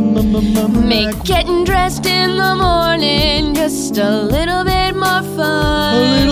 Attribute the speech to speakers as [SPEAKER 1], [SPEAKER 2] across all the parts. [SPEAKER 1] Make getting dressed in the morning just a little bit more fun.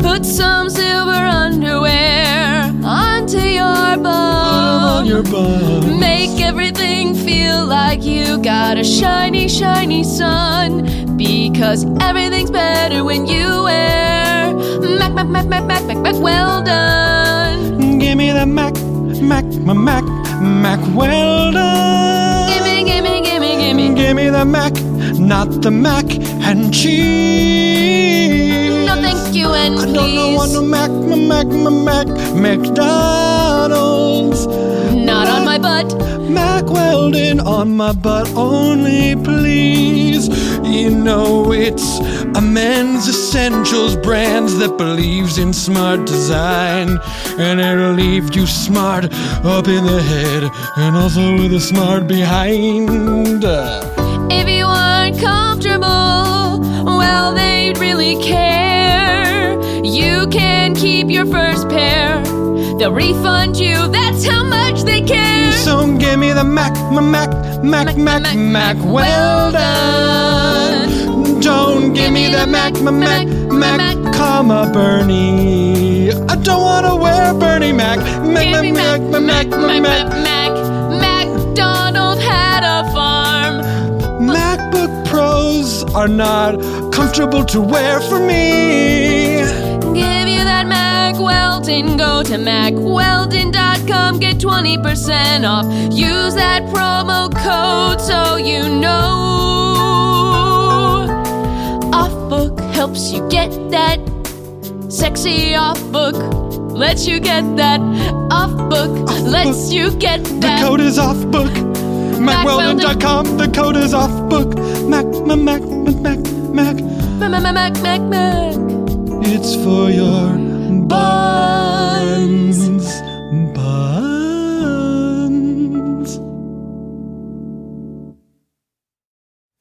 [SPEAKER 1] Put some silver underwear onto your bum. Make everything feel like you got a shiny, shiny sun. Because everything's better when you wear Mac, Mac, Mac, Mac, Mac, Mac, Mac, well done.
[SPEAKER 2] Give me the Mac, Mac, my Mac, Mac well done.
[SPEAKER 1] Gimme, gimme, gimme, gimme.
[SPEAKER 2] Give me the Mac, not the Mac and cheese.
[SPEAKER 1] No, thank you, and
[SPEAKER 2] I don't know want no
[SPEAKER 1] please.
[SPEAKER 2] Mac, my Mac, my Mac, McDonald's.
[SPEAKER 1] Not on my butt.
[SPEAKER 2] Mac welding on my butt only, please. You know it's a men's essentials brands that believes in smart design, and it'll leave you smart up in the head and also with a smart behind.
[SPEAKER 1] If you aren't comfortable, well, they really care. You can keep your first pair. They'll refund you. That's how much they care.
[SPEAKER 2] So give me the Mac, my Mac, Mac, Mac, Mac, well done. Don't give me the Mac, my Mac, Mac, comma Bernie. I don't wanna wear Bernie Mac, Mac,
[SPEAKER 1] Give me
[SPEAKER 2] Mac, Mac, my Mac, my
[SPEAKER 1] Mac, Mac,
[SPEAKER 2] Mac,
[SPEAKER 1] Mac. MacDonald had a farm.
[SPEAKER 2] MacBook Pros are not comfortable to wear for me.
[SPEAKER 1] Give you that Mac Weldon. Go to MacWeldon.com. Get 20% off. Use that promo code so you know. Off book helps you get that sexy off book. Lets you get that off book. Lets you get
[SPEAKER 2] The
[SPEAKER 1] that.
[SPEAKER 2] code is off book. MacWeldon.com. The code is off book. Mac, my Mac, my Mac, Mac.
[SPEAKER 1] Mac, Mac, Mac, Mac, Mac.
[SPEAKER 2] It's for your
[SPEAKER 1] Buns.
[SPEAKER 2] buns.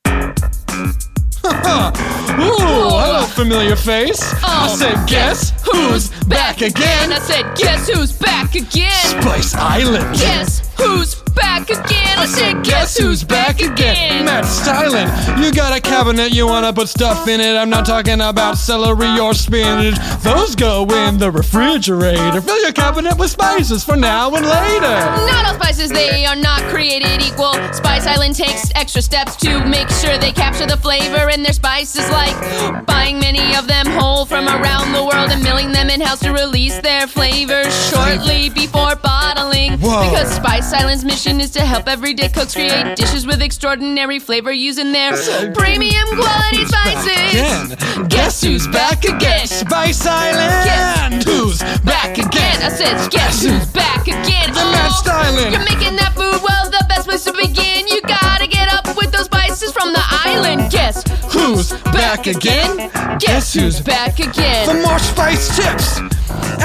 [SPEAKER 2] Buns. Ooh, hello, familiar face. I
[SPEAKER 1] Oh,
[SPEAKER 2] said, guess who's back
[SPEAKER 1] And
[SPEAKER 2] again?
[SPEAKER 1] I said, guess who's back again?
[SPEAKER 2] Spice Island.
[SPEAKER 1] Guess who's back again? I said,
[SPEAKER 2] Guess who's back again? Matt Styling. You got a cabinet, you wanna put stuff in it. I'm not talking about celery or spinach. Those go in the refrigerator. Fill your cabinet with spices for now and later.
[SPEAKER 1] Not all spices, they are not created equal. Spice Island takes extra steps to make sure they capture the flavor in their spices, like buying many of them whole from around the world and milling them in house to release their flavor shortly before bottling.
[SPEAKER 2] Whoa.
[SPEAKER 1] Because Spice Island's mission is to help everyday cooks create dishes with extraordinary flavor using their premium quality spices.
[SPEAKER 2] Again. Guess who's back again? Spice Island.
[SPEAKER 1] Guess
[SPEAKER 2] who's back
[SPEAKER 1] again. I
[SPEAKER 2] again?
[SPEAKER 1] said, guess who's back again?
[SPEAKER 2] The Matt Styling.
[SPEAKER 1] You're making that food well the best place to begin. You gotta get up with those spices from the island. Guess
[SPEAKER 2] Who's back again?
[SPEAKER 1] Guess who's back
[SPEAKER 2] For
[SPEAKER 1] again?
[SPEAKER 2] more spice tips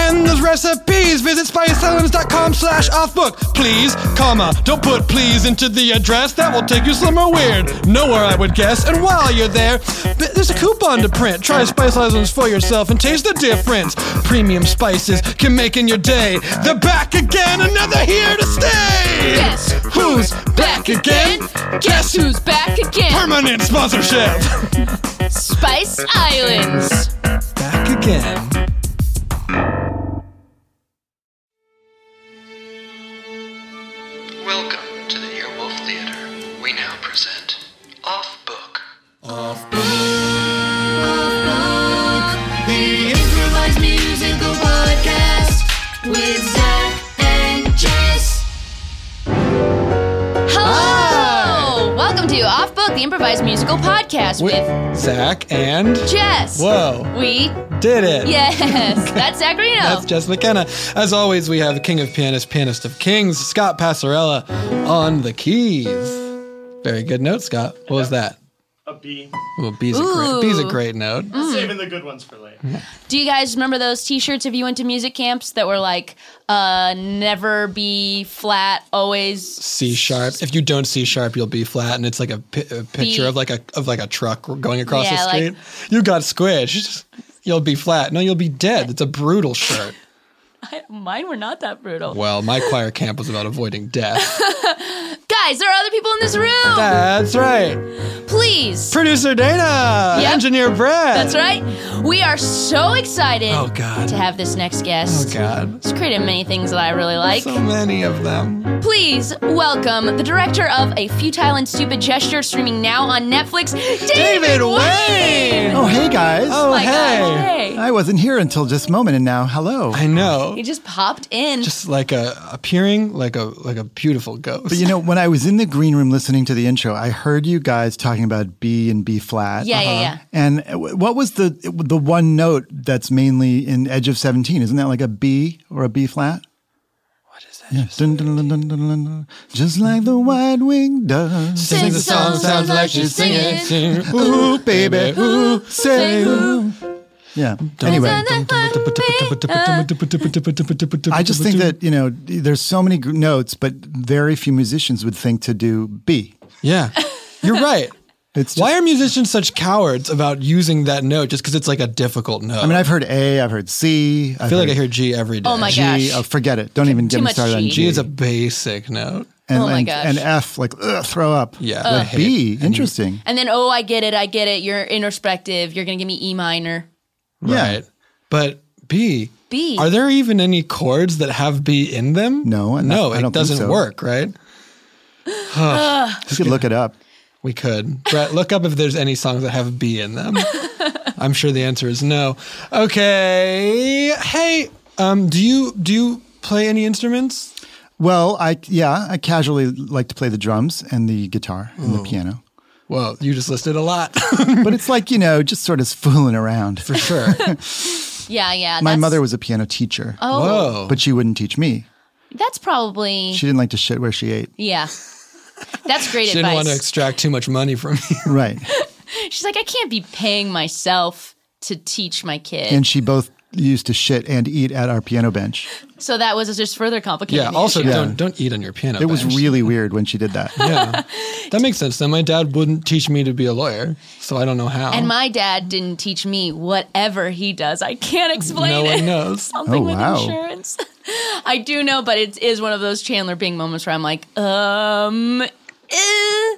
[SPEAKER 2] and those recipes, visit spiceislands.com slash offbook. Please, comma, don't put please into the address. That will take you somewhere weird. Nowhere, I would guess. And while you're there, th- there's a coupon to print. Try Spice Islands for yourself and taste the difference. Premium spices can make in your day. They're back again, another here to stay.
[SPEAKER 1] Guess
[SPEAKER 2] who's back again?
[SPEAKER 1] Guess who's back again?
[SPEAKER 2] Permanent sponsorship.
[SPEAKER 1] Spice Islands.
[SPEAKER 2] back again.
[SPEAKER 3] Welcome to the Earwolf Theater. We now present Off Book.
[SPEAKER 1] The improvised musical podcast with Zach and Jess. Hello! Welcome to Off Book, the improvised Guys Musical Podcast with
[SPEAKER 2] Zach and
[SPEAKER 1] Jess.
[SPEAKER 2] Whoa.
[SPEAKER 1] We,
[SPEAKER 2] did it.
[SPEAKER 1] yes, that's Zach Reno.
[SPEAKER 2] That's Jess McKenna. As always, we have King of Pianists, Pianist of Kings, Scott Passarella on the keys. Very good note, Scott. What was that?
[SPEAKER 4] A B.
[SPEAKER 2] Well, B's a, great,
[SPEAKER 1] Ooh. Mm.
[SPEAKER 2] B's a great note.
[SPEAKER 4] Saving the good ones for later.
[SPEAKER 1] Do you guys remember those T-shirts if you went to music camps that were like, uh, "Never be flat, always."
[SPEAKER 2] C sharp. If you don't C sharp, you'll be flat, and it's like a, pi- a picture of like a of like a truck going across
[SPEAKER 1] Yeah,
[SPEAKER 2] the
[SPEAKER 1] like-
[SPEAKER 2] street. you got squished. You'll be flat. No, you'll be dead. It's a brutal shirt.
[SPEAKER 1] Mine were not that brutal.
[SPEAKER 2] Well, my choir camp was about avoiding death.
[SPEAKER 1] Guys, there are other people in this room.
[SPEAKER 2] That's right.
[SPEAKER 1] Please.
[SPEAKER 2] Producer Dana,
[SPEAKER 1] Yep.
[SPEAKER 2] engineer Brad.
[SPEAKER 1] That's right. We are so excited
[SPEAKER 2] Oh God.
[SPEAKER 1] to have this next
[SPEAKER 2] Oh
[SPEAKER 1] guest.
[SPEAKER 2] God.
[SPEAKER 1] He's created many things that I really like.
[SPEAKER 2] So many of them.
[SPEAKER 1] Please welcome the director of A Futile and Stupid Gesture, streaming now on Netflix, David,
[SPEAKER 2] David
[SPEAKER 1] Wayne.
[SPEAKER 2] Wayne.
[SPEAKER 5] Oh, hey guys.
[SPEAKER 2] Oh,
[SPEAKER 1] my
[SPEAKER 2] hey.
[SPEAKER 1] gosh, hey.
[SPEAKER 5] I wasn't here until just a moment, and now hello.
[SPEAKER 2] I know.
[SPEAKER 1] He just popped in.
[SPEAKER 2] Just like a appearing like a like a beautiful ghost.
[SPEAKER 5] But you know, when I was in the green room listening to the intro, I heard you guys talking about B and B flat.
[SPEAKER 1] Yeah, yeah, yeah.
[SPEAKER 5] And w- what was the the one note that's mainly in Edge of Seventeen? Isn't that like a B or a B flat? What is that? Just like the white winged dove.
[SPEAKER 2] Sing the song sounds like she's singing. Sing, ooh, baby, ooh.
[SPEAKER 5] Say ooh. Yeah. Anyway. I just think that you know there's so many gr- notes, but very few musicians would think to do B.
[SPEAKER 2] Yeah, you're right.
[SPEAKER 5] It's just,
[SPEAKER 2] Why are musicians such cowards about using that note just because it's like a difficult note?
[SPEAKER 5] I mean, I've heard A, I've heard C.
[SPEAKER 2] I feel like I hear G every day.
[SPEAKER 1] Oh my
[SPEAKER 5] G.
[SPEAKER 1] gosh.
[SPEAKER 5] Oh, forget it. Don't even
[SPEAKER 1] Too
[SPEAKER 5] get me
[SPEAKER 1] much
[SPEAKER 5] started
[SPEAKER 1] G.
[SPEAKER 5] on G.
[SPEAKER 2] G is a basic note.
[SPEAKER 5] and,
[SPEAKER 1] Oh my
[SPEAKER 5] and,
[SPEAKER 1] gosh.
[SPEAKER 5] and F, like ugh, throw up.
[SPEAKER 2] Yeah,
[SPEAKER 1] Uh,
[SPEAKER 5] But
[SPEAKER 2] I hate
[SPEAKER 5] B, interesting.
[SPEAKER 1] and then, oh, I get it, I get it. You're introspective. You're going to give me E minor.
[SPEAKER 5] Yeah.
[SPEAKER 2] Right. But B,
[SPEAKER 1] B.
[SPEAKER 2] are there even any chords that have B in them?
[SPEAKER 5] No, I-
[SPEAKER 2] no,
[SPEAKER 5] I
[SPEAKER 2] it
[SPEAKER 5] don't think
[SPEAKER 2] doesn't
[SPEAKER 5] so.
[SPEAKER 2] work, right?
[SPEAKER 5] You could look it up.
[SPEAKER 2] We could. Brett, look up if there's any songs that have B in them. I'm sure the answer is no. Okay. Hey, um, do you do you play any instruments?
[SPEAKER 5] Well, I yeah, I casually like to play the drums and the guitar and the piano.
[SPEAKER 2] Well, you just listed a lot
[SPEAKER 5] But it's like, you know, just sort of fooling around.
[SPEAKER 2] for sure.
[SPEAKER 1] Yeah, yeah.
[SPEAKER 5] My
[SPEAKER 1] that's-
[SPEAKER 5] mother was a piano teacher,
[SPEAKER 1] Oh,
[SPEAKER 2] Whoa.
[SPEAKER 5] but she wouldn't teach me.
[SPEAKER 1] that's probably.
[SPEAKER 5] She didn't like to shit where she ate.
[SPEAKER 1] yeah. That's great
[SPEAKER 2] She didn't want to
[SPEAKER 1] advice.
[SPEAKER 2] extract too much money from you.
[SPEAKER 5] Right.
[SPEAKER 1] She's like, I can't be paying myself to teach my kid.
[SPEAKER 5] and she both used to shit and eat at our piano bench.
[SPEAKER 1] so that was just further complicated.
[SPEAKER 2] Yeah. Also,
[SPEAKER 5] Yeah.
[SPEAKER 2] don't don't eat on your piano.
[SPEAKER 5] It was
[SPEAKER 2] bench.
[SPEAKER 5] really weird when she did that.
[SPEAKER 2] yeah. That makes sense. Then my dad wouldn't teach me to be a lawyer, so I don't know how.
[SPEAKER 1] And my dad didn't teach me whatever he does. I can't explain
[SPEAKER 2] no
[SPEAKER 1] it.
[SPEAKER 2] one knows.
[SPEAKER 1] Something
[SPEAKER 5] Oh,
[SPEAKER 1] with
[SPEAKER 5] wow.
[SPEAKER 1] insurance. I do know, but it is one of those Chandler Bing moments where I'm like, um, eh.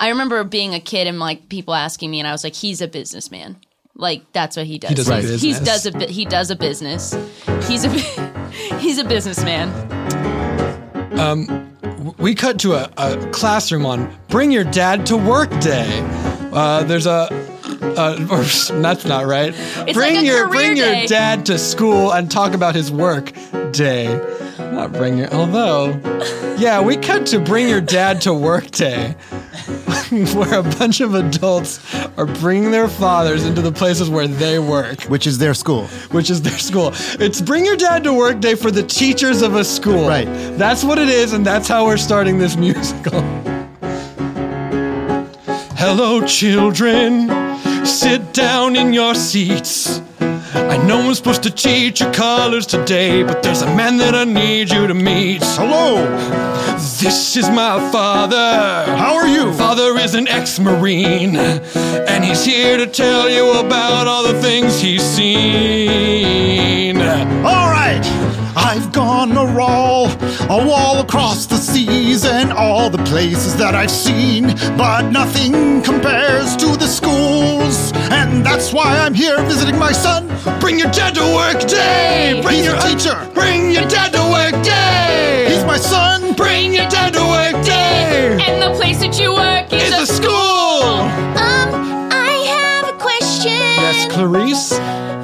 [SPEAKER 1] I remember being a kid and like people asking me, and I was like, he's a businessman. Like that's what he does.
[SPEAKER 2] does a
[SPEAKER 1] He's- he's
[SPEAKER 2] business.
[SPEAKER 1] does a bu- he does a business. He's a bu- he's a businessman.
[SPEAKER 2] we cut to a, a classroom on Bring Your Dad to Work Day. Uh, there's a. Uh, or, that's not right. bring
[SPEAKER 1] like a
[SPEAKER 2] your
[SPEAKER 1] career
[SPEAKER 2] bring
[SPEAKER 1] day.
[SPEAKER 2] your dad to school and talk about his work day. Not bring your although, yeah, we cut to bring your dad to work day, where a bunch of adults are bringing their fathers into the places where they work
[SPEAKER 5] Which is their school.
[SPEAKER 2] which is their school. It's Bring Your Dad to Work Day for the teachers of a school.
[SPEAKER 5] Right.
[SPEAKER 2] That's what it is, and that's how we're starting this musical. Hello, children. Sit down in your seats. I know I'm supposed to teach you colors today, but there's a man that I need you to meet.
[SPEAKER 5] Hello,
[SPEAKER 2] This is my father.
[SPEAKER 5] how are you?
[SPEAKER 2] Father is an ex Marine, and he's here to tell you about all the things he's seen.
[SPEAKER 5] All right, I've gone a roll, a wall across the seas and all the places that I've seen, but nothing compares to the schools, and that's why I'm here visiting my son.
[SPEAKER 2] Bring your dad to work day! Bring
[SPEAKER 5] He's
[SPEAKER 2] your
[SPEAKER 5] a teacher.
[SPEAKER 2] Bring your dad to work day!
[SPEAKER 5] He's my son.
[SPEAKER 2] Bring your dad to work day!
[SPEAKER 1] And the place that you work is
[SPEAKER 2] It's
[SPEAKER 1] a
[SPEAKER 2] a school!
[SPEAKER 6] Um, I have a question.
[SPEAKER 2] Yes, Clarice.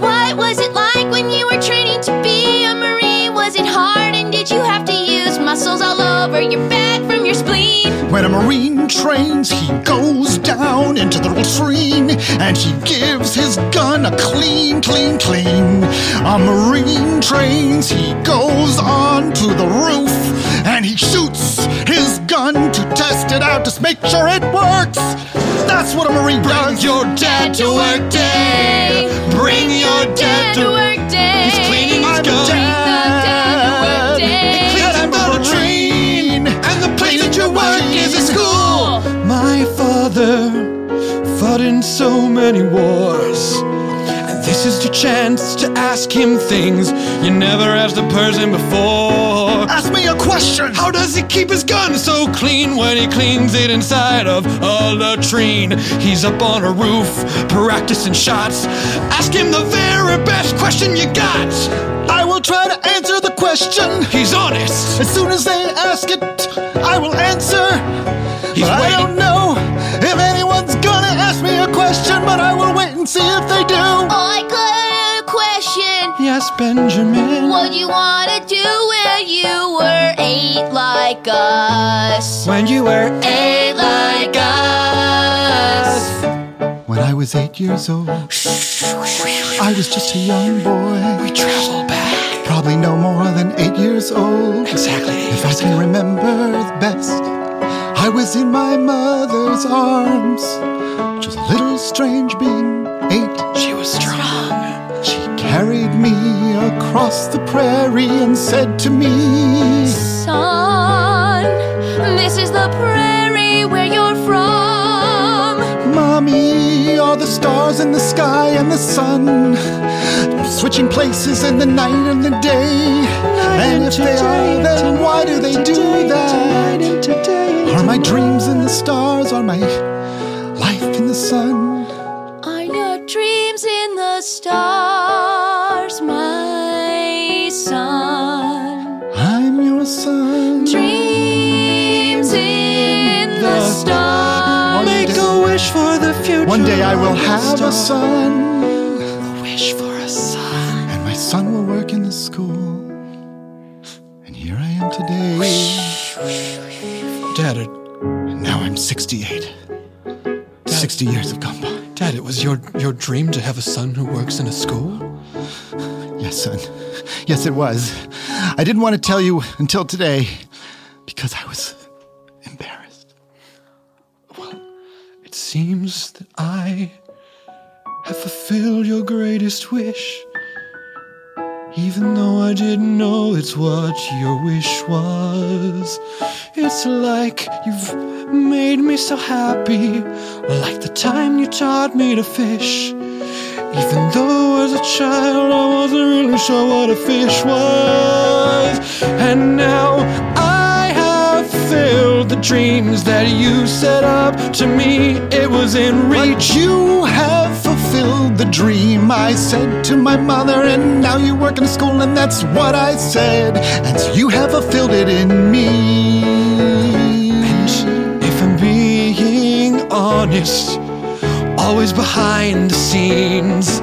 [SPEAKER 6] What was it like when you were training to be a Marine? Was it hard and did you have to use muscles all over your back from your spleen?
[SPEAKER 5] When When a marine trains, he goes down into the latrine and he gives his gun a clean, clean, clean. A marine trains, he goes on to the roof and he shoots his gun to test it out, just make sure it works. That's what a marine does.
[SPEAKER 2] your dad to work day. Bring your dad to work.
[SPEAKER 1] day.
[SPEAKER 2] He's cleaning his
[SPEAKER 5] I'm
[SPEAKER 2] gun.
[SPEAKER 1] dad to work day.
[SPEAKER 5] It cleans
[SPEAKER 2] I'm
[SPEAKER 5] up
[SPEAKER 2] the
[SPEAKER 5] the latrine.
[SPEAKER 2] And the place that you work is a school. My father fought in so many wars. And this is your chance to ask him things you never asked a person before.
[SPEAKER 5] Ask me a question.
[SPEAKER 2] How does he keep his gun so clean when he cleans it inside of a latrine? He's up on a roof practicing shots. Ask him the very best question you got.
[SPEAKER 5] I will try to answer the question.
[SPEAKER 2] He's honest.
[SPEAKER 5] As soon as they ask it, I will answer.
[SPEAKER 2] He's
[SPEAKER 5] I
[SPEAKER 2] waiting.
[SPEAKER 5] don't know if anyone's gonna ask me a question, but I will wait and see if they do.
[SPEAKER 6] Oh, I got a question.
[SPEAKER 2] Yes, Benjamin.
[SPEAKER 6] What do you want to do when you were eight like us?
[SPEAKER 2] When you were
[SPEAKER 6] Eight like us.
[SPEAKER 5] When I was eight years old, I was just a young boy,
[SPEAKER 2] we travel back
[SPEAKER 5] probably no more than eight years old.
[SPEAKER 2] exactly
[SPEAKER 5] If I can remember best, I was in my mother's arms, just a little strange being eight.
[SPEAKER 2] she was strong
[SPEAKER 5] She carried me across the prairie and said to me,
[SPEAKER 1] Son, this is the prairie where you're from.
[SPEAKER 5] Mommy, are the stars in the sky and the sun switching places in the night and the day? And if they are, then why do they do that? Are my dreams in the stars? Are my life in the sun?
[SPEAKER 1] Are your dreams in the stars, my son?
[SPEAKER 5] I'm your son.
[SPEAKER 1] Dreams in the stars.
[SPEAKER 5] Make a
[SPEAKER 2] wish for the future
[SPEAKER 5] One day I will have a son,
[SPEAKER 2] wish for a son
[SPEAKER 5] and my son will work in the school. And here I am today.
[SPEAKER 2] dad uh, it,
[SPEAKER 5] Now I'm 68. 60 years have gone by.
[SPEAKER 2] dad it was your your dream to have a son who works in a school
[SPEAKER 5] Yes, son. Yes, it was. I didn't want to tell you until today because I was embarrassed.
[SPEAKER 2] it seems that i have fulfilled your greatest wish even though I didn't know it's what your wish was, it's like you've made me so happy. Like the time you taught me to fish. Even though as a child I wasn't really sure what a fish was. And now I have filled the dreams that you set up to me. It was in reach.
[SPEAKER 5] But you have fulfilled the dream I said to my mother, and now you work in a school, and that's what I said. And so you have fulfilled it in me.
[SPEAKER 2] And if I'm being honest, always behind the scenes,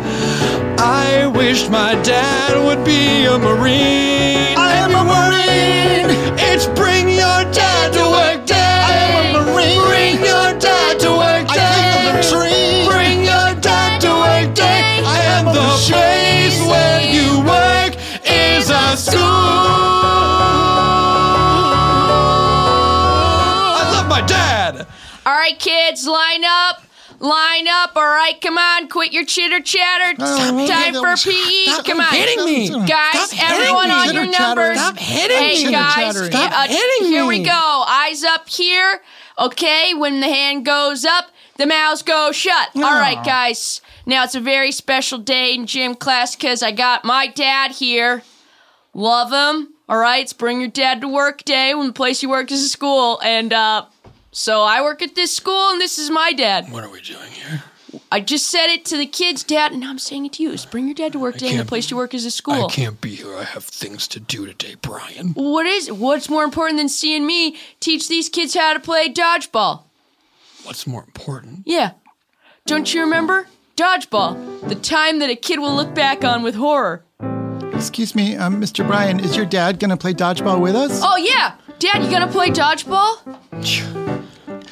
[SPEAKER 2] I wished my dad would be a Marine.
[SPEAKER 5] I am a Marine.
[SPEAKER 2] It's bring your dad to work day. I
[SPEAKER 5] am a Marine.
[SPEAKER 2] Bring your dad to work
[SPEAKER 5] I
[SPEAKER 2] day.
[SPEAKER 5] think of the tree.
[SPEAKER 2] Bring your dad to work day. I am the
[SPEAKER 5] Amazing.
[SPEAKER 2] place where you work is a school. I love my dad.
[SPEAKER 1] All right, kids, line up. Line up. All right, come on. Quit your chitter chatter.
[SPEAKER 5] Oh,
[SPEAKER 1] Time
[SPEAKER 5] yeah,
[SPEAKER 1] for
[SPEAKER 5] that-
[SPEAKER 1] PE.
[SPEAKER 5] that-
[SPEAKER 1] Come on.
[SPEAKER 2] hitting me.
[SPEAKER 1] Guys,
[SPEAKER 2] Stop hitting
[SPEAKER 1] everyone
[SPEAKER 2] me.
[SPEAKER 1] on your
[SPEAKER 5] Chitter-chattering.
[SPEAKER 1] numbers.
[SPEAKER 5] Stop
[SPEAKER 2] hitting
[SPEAKER 1] hey,
[SPEAKER 2] me.
[SPEAKER 1] guys. Uh,
[SPEAKER 2] Chitter-chattering. Stop hitting
[SPEAKER 1] Here
[SPEAKER 2] me.
[SPEAKER 1] we go. Oh, Eyes up here. Okay, when the hand goes up, the mouths go shut. All right, guys. Now it's a very special day in gym class because I got my dad here. Love him. All right, it's bring your dad to work day when the place you work is a school. And uh, so I work at this school, and this is my dad.
[SPEAKER 2] What are we doing here?
[SPEAKER 1] I just said it to the kids, Dad, and now I'm saying it to you. Is bring your dad to work day and the
[SPEAKER 2] can't-
[SPEAKER 1] place you work is a school.
[SPEAKER 2] I can't be here. I have things to do today, Brian.
[SPEAKER 1] What is what's more important than seeing me teach these kids how to play dodgeball?
[SPEAKER 2] What's more important?
[SPEAKER 1] Yeah. Don't you remember? Dodgeball. The time that a kid will look back on with horror.
[SPEAKER 5] Excuse me, um, Mr. Bryan, is your dad gonna play dodgeball with us?
[SPEAKER 1] Oh yeah! Dad, you gonna play dodgeball?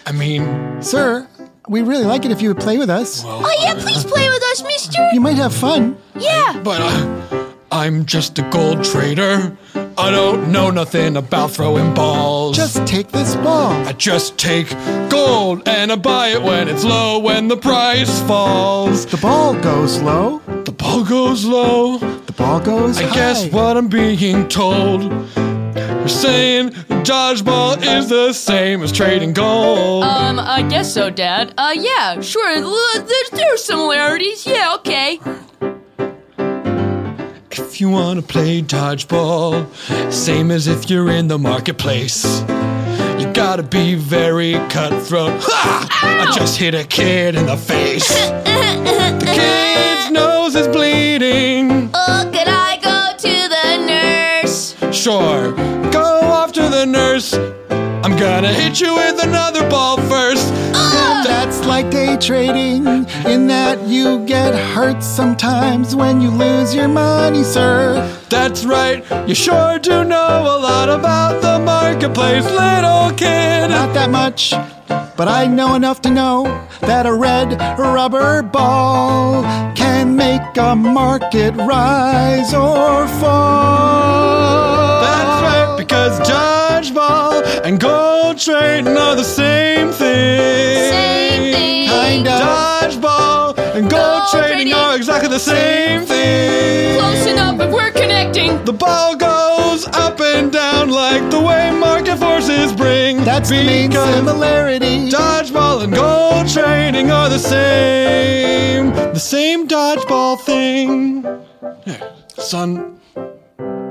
[SPEAKER 2] I mean,
[SPEAKER 5] Sir, we really like it if you would play with us.
[SPEAKER 6] Oh, yeah, please play with us, mister.
[SPEAKER 5] You might have fun.
[SPEAKER 6] Yeah.
[SPEAKER 2] but uh, I'm just a gold trader. I don't know nothing about throwing balls.
[SPEAKER 5] Just take this ball.
[SPEAKER 2] I just take gold and I buy it when it's low, when the price falls.
[SPEAKER 5] The ball goes low.
[SPEAKER 2] The ball goes low.
[SPEAKER 5] The ball goes
[SPEAKER 2] I
[SPEAKER 5] high.
[SPEAKER 2] guess what I'm being told. You're saying dodgeball is the same as trading gold.
[SPEAKER 1] Um, I guess so, Dad. Uh, yeah, sure. l- There's, there's similarities. Yeah, okay.
[SPEAKER 2] If you wanna play dodgeball, same as if you're in the marketplace. You gotta be very cutthroat. Ha! I just hit a kid in the face. the kid's nose is bleeding.
[SPEAKER 6] Oh, could I go to the nurse?
[SPEAKER 2] Sure, go off to the nurse. I'm gonna hit you with another ball first.
[SPEAKER 5] That's like day trading, in that you get hurt sometimes when you lose your money, sir.
[SPEAKER 2] That's right, you sure do know a lot about the marketplace, little kid.
[SPEAKER 5] Not that much, but I know enough to know that a red rubber ball can make a market rise or fall.
[SPEAKER 2] That's right, because dodgeball and gold trading are the same thing.
[SPEAKER 6] Same thing.
[SPEAKER 5] Kind of.
[SPEAKER 2] Dodgeball and gold
[SPEAKER 6] Gold
[SPEAKER 2] trading
[SPEAKER 6] trading.
[SPEAKER 2] are exactly the same thing.
[SPEAKER 1] Close enough, but we're connecting.
[SPEAKER 2] The ball goes up and down like the way market forces bring.
[SPEAKER 5] That's the main
[SPEAKER 2] Because
[SPEAKER 5] similarity.
[SPEAKER 2] Dodgeball and gold trading are the same. The same dodgeball thing. Here, son,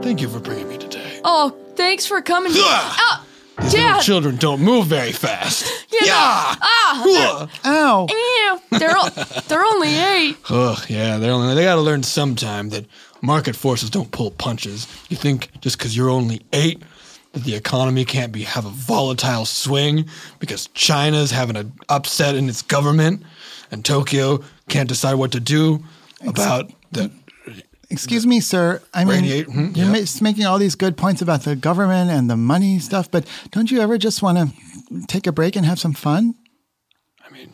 [SPEAKER 2] thank you for bringing me today.
[SPEAKER 1] Oh, thanks for coming.
[SPEAKER 2] Ah!
[SPEAKER 1] Ah,
[SPEAKER 2] These little
[SPEAKER 1] Dad.
[SPEAKER 2] children don't move very fast.
[SPEAKER 1] Yeah. Ah.
[SPEAKER 2] Ugh.
[SPEAKER 5] Ow.
[SPEAKER 1] Ew, they're o- they're only eight.
[SPEAKER 2] Ugh, yeah, they're only, they gotta learn sometime that market forces don't pull punches. You think just because you're only eight that the economy can't be have a volatile swing because China's having an upset in its government and Tokyo can't decide what to do about the
[SPEAKER 5] Excuse me, sir. I mean,
[SPEAKER 2] Radiate- hmm,
[SPEAKER 5] you're
[SPEAKER 2] yeah.
[SPEAKER 5] ma- just making all these good points about the government and the money stuff, but don't you ever just want to take a break and have some fun?
[SPEAKER 2] I mean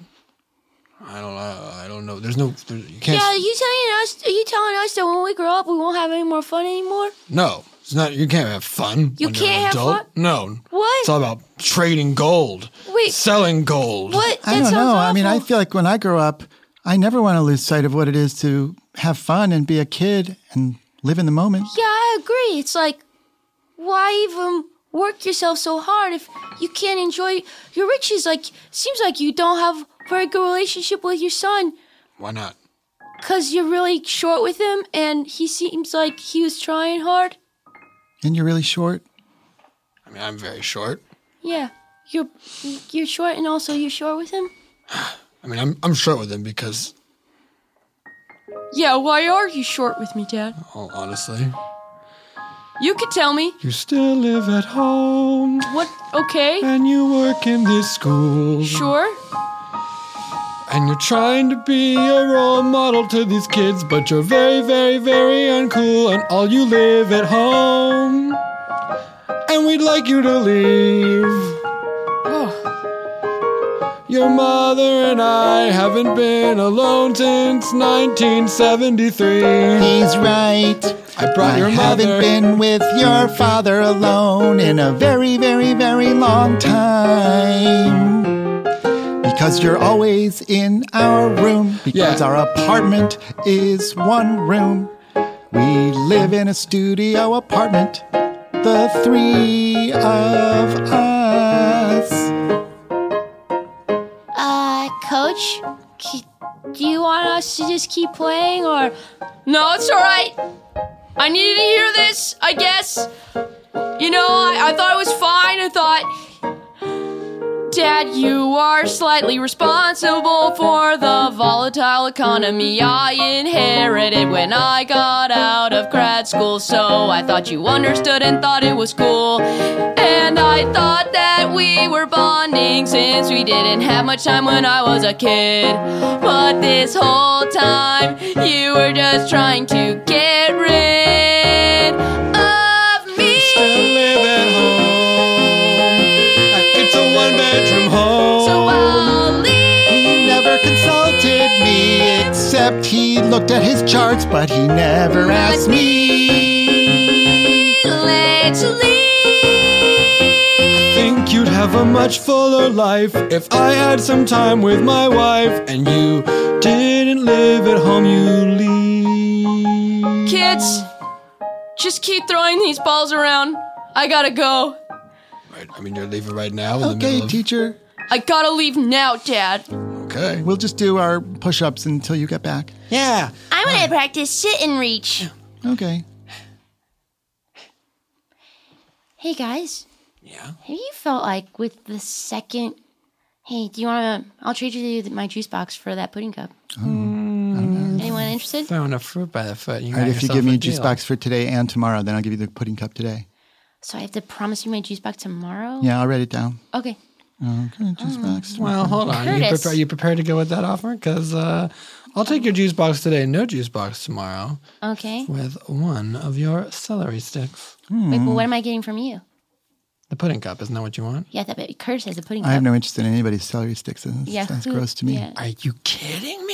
[SPEAKER 2] I don't I, I don't know. There's no there, you can't
[SPEAKER 6] Yeah, are you telling us? Are you telling us that when we grow up, we won't have any more fun anymore?
[SPEAKER 2] No, it's not. You can't have fun.
[SPEAKER 6] You
[SPEAKER 2] when you're an
[SPEAKER 6] can't have
[SPEAKER 2] adult.
[SPEAKER 6] fun?
[SPEAKER 2] No.
[SPEAKER 6] What?
[SPEAKER 2] It's all about trading gold.
[SPEAKER 6] Wait.
[SPEAKER 2] Selling gold.
[SPEAKER 6] What? That
[SPEAKER 5] I don't
[SPEAKER 6] sounds
[SPEAKER 5] know. I mean, I
[SPEAKER 6] awful.
[SPEAKER 5] feel like when I grow up, I never want to lose sight of what it is to have fun and be a kid and live in the moment.
[SPEAKER 6] Yeah, I agree. It's like, why even work yourself so hard if you can't enjoy your riches? Like, seems like you don't have a very good relationship with your son
[SPEAKER 2] Why not?
[SPEAKER 6] because you're really short with him, and he seems like he was trying hard.
[SPEAKER 5] And you're really short.
[SPEAKER 2] I mean, I'm very short.
[SPEAKER 6] Yeah, you're you're short, and also you're short with him.
[SPEAKER 2] I mean, I'm I'm short with him because,
[SPEAKER 1] Yeah, why are you short with me, Dad?
[SPEAKER 2] well, oh, honestly,
[SPEAKER 1] You could tell me.
[SPEAKER 2] you still live at home
[SPEAKER 1] What? Okay.
[SPEAKER 2] and you work in this school
[SPEAKER 1] Sure.
[SPEAKER 2] and you're trying to be a role model to these kids, but you're very, very, very uncool and all you live at home. And we'd like you to leave. Oh.
[SPEAKER 1] Oh,
[SPEAKER 2] Your mother and I haven't been alone since 1973.
[SPEAKER 5] He's right.
[SPEAKER 2] I brought
[SPEAKER 5] I
[SPEAKER 2] your
[SPEAKER 5] haven't
[SPEAKER 2] mother.
[SPEAKER 5] been with your father alone in a very, very, very long time. Because you're always in our room. Because
[SPEAKER 2] Yeah.
[SPEAKER 5] our apartment is one room. We live in a studio apartment. The three of us.
[SPEAKER 6] Uh, coach, c- do you want us to just keep playing, or
[SPEAKER 1] no, it's all right. I needed to hear this, I guess. You know, I, I thought it was fine. I thought, Dad, you are slightly responsible for the volatile economy I inherited when I got out of grad school. So I thought you understood and thought it was cool. And I thought that we were bonding since we didn't have much time when I was a kid. But this whole time, you were just trying to get rid of me.
[SPEAKER 2] Still live at home. It's a one bedroom home.
[SPEAKER 1] So uh,
[SPEAKER 5] He looked at his charts, but he never asked me.
[SPEAKER 1] Let's leave.
[SPEAKER 2] Think you'd have a much fuller life if I had some time with my wife and you didn't live at home, you leave.
[SPEAKER 1] Kids, just keep throwing these balls around. I gotta go.
[SPEAKER 2] Right, I mean, you're leaving right now in the middle
[SPEAKER 5] Okay,
[SPEAKER 2] of-
[SPEAKER 5] teacher.
[SPEAKER 1] I gotta leave now, Dad.
[SPEAKER 2] Okay.
[SPEAKER 5] We'll just do our push ups until you get back.
[SPEAKER 2] Yeah.
[SPEAKER 1] I wanna practice sit and reach.
[SPEAKER 5] Okay.
[SPEAKER 1] Hey guys,
[SPEAKER 2] Yeah.
[SPEAKER 1] have you felt like with the second? Hey, do you wanna? I'll trade you my juice box for that pudding cup. Mm. Anyone interested?
[SPEAKER 2] Throwing a fruit by the foot. You
[SPEAKER 5] All right, if you give me a juice
[SPEAKER 2] box.
[SPEAKER 5] box for today and tomorrow, then I'll give you the pudding cup today.
[SPEAKER 1] So I have to promise you my juice box tomorrow?
[SPEAKER 5] Yeah, I'll write it down.
[SPEAKER 1] Okay. Uh,
[SPEAKER 5] Okay, juice box.
[SPEAKER 2] Well, hold on. You
[SPEAKER 1] Curtis.
[SPEAKER 2] prepare, you prepared to go with that offer? Because uh, I'll take your juice box today, no juice box tomorrow,
[SPEAKER 1] Okay.
[SPEAKER 2] with one of your celery sticks.
[SPEAKER 1] Wait, but what am I getting from you?
[SPEAKER 2] The pudding cup, isn't that what you want?
[SPEAKER 1] Yeah, that baby Curtis has a pudding
[SPEAKER 5] I
[SPEAKER 1] cup.
[SPEAKER 5] have no interest in anybody's celery sticks. That
[SPEAKER 1] yeah.
[SPEAKER 5] sounds
[SPEAKER 1] who-
[SPEAKER 5] gross to me.
[SPEAKER 1] yeah.
[SPEAKER 2] Are you kidding me?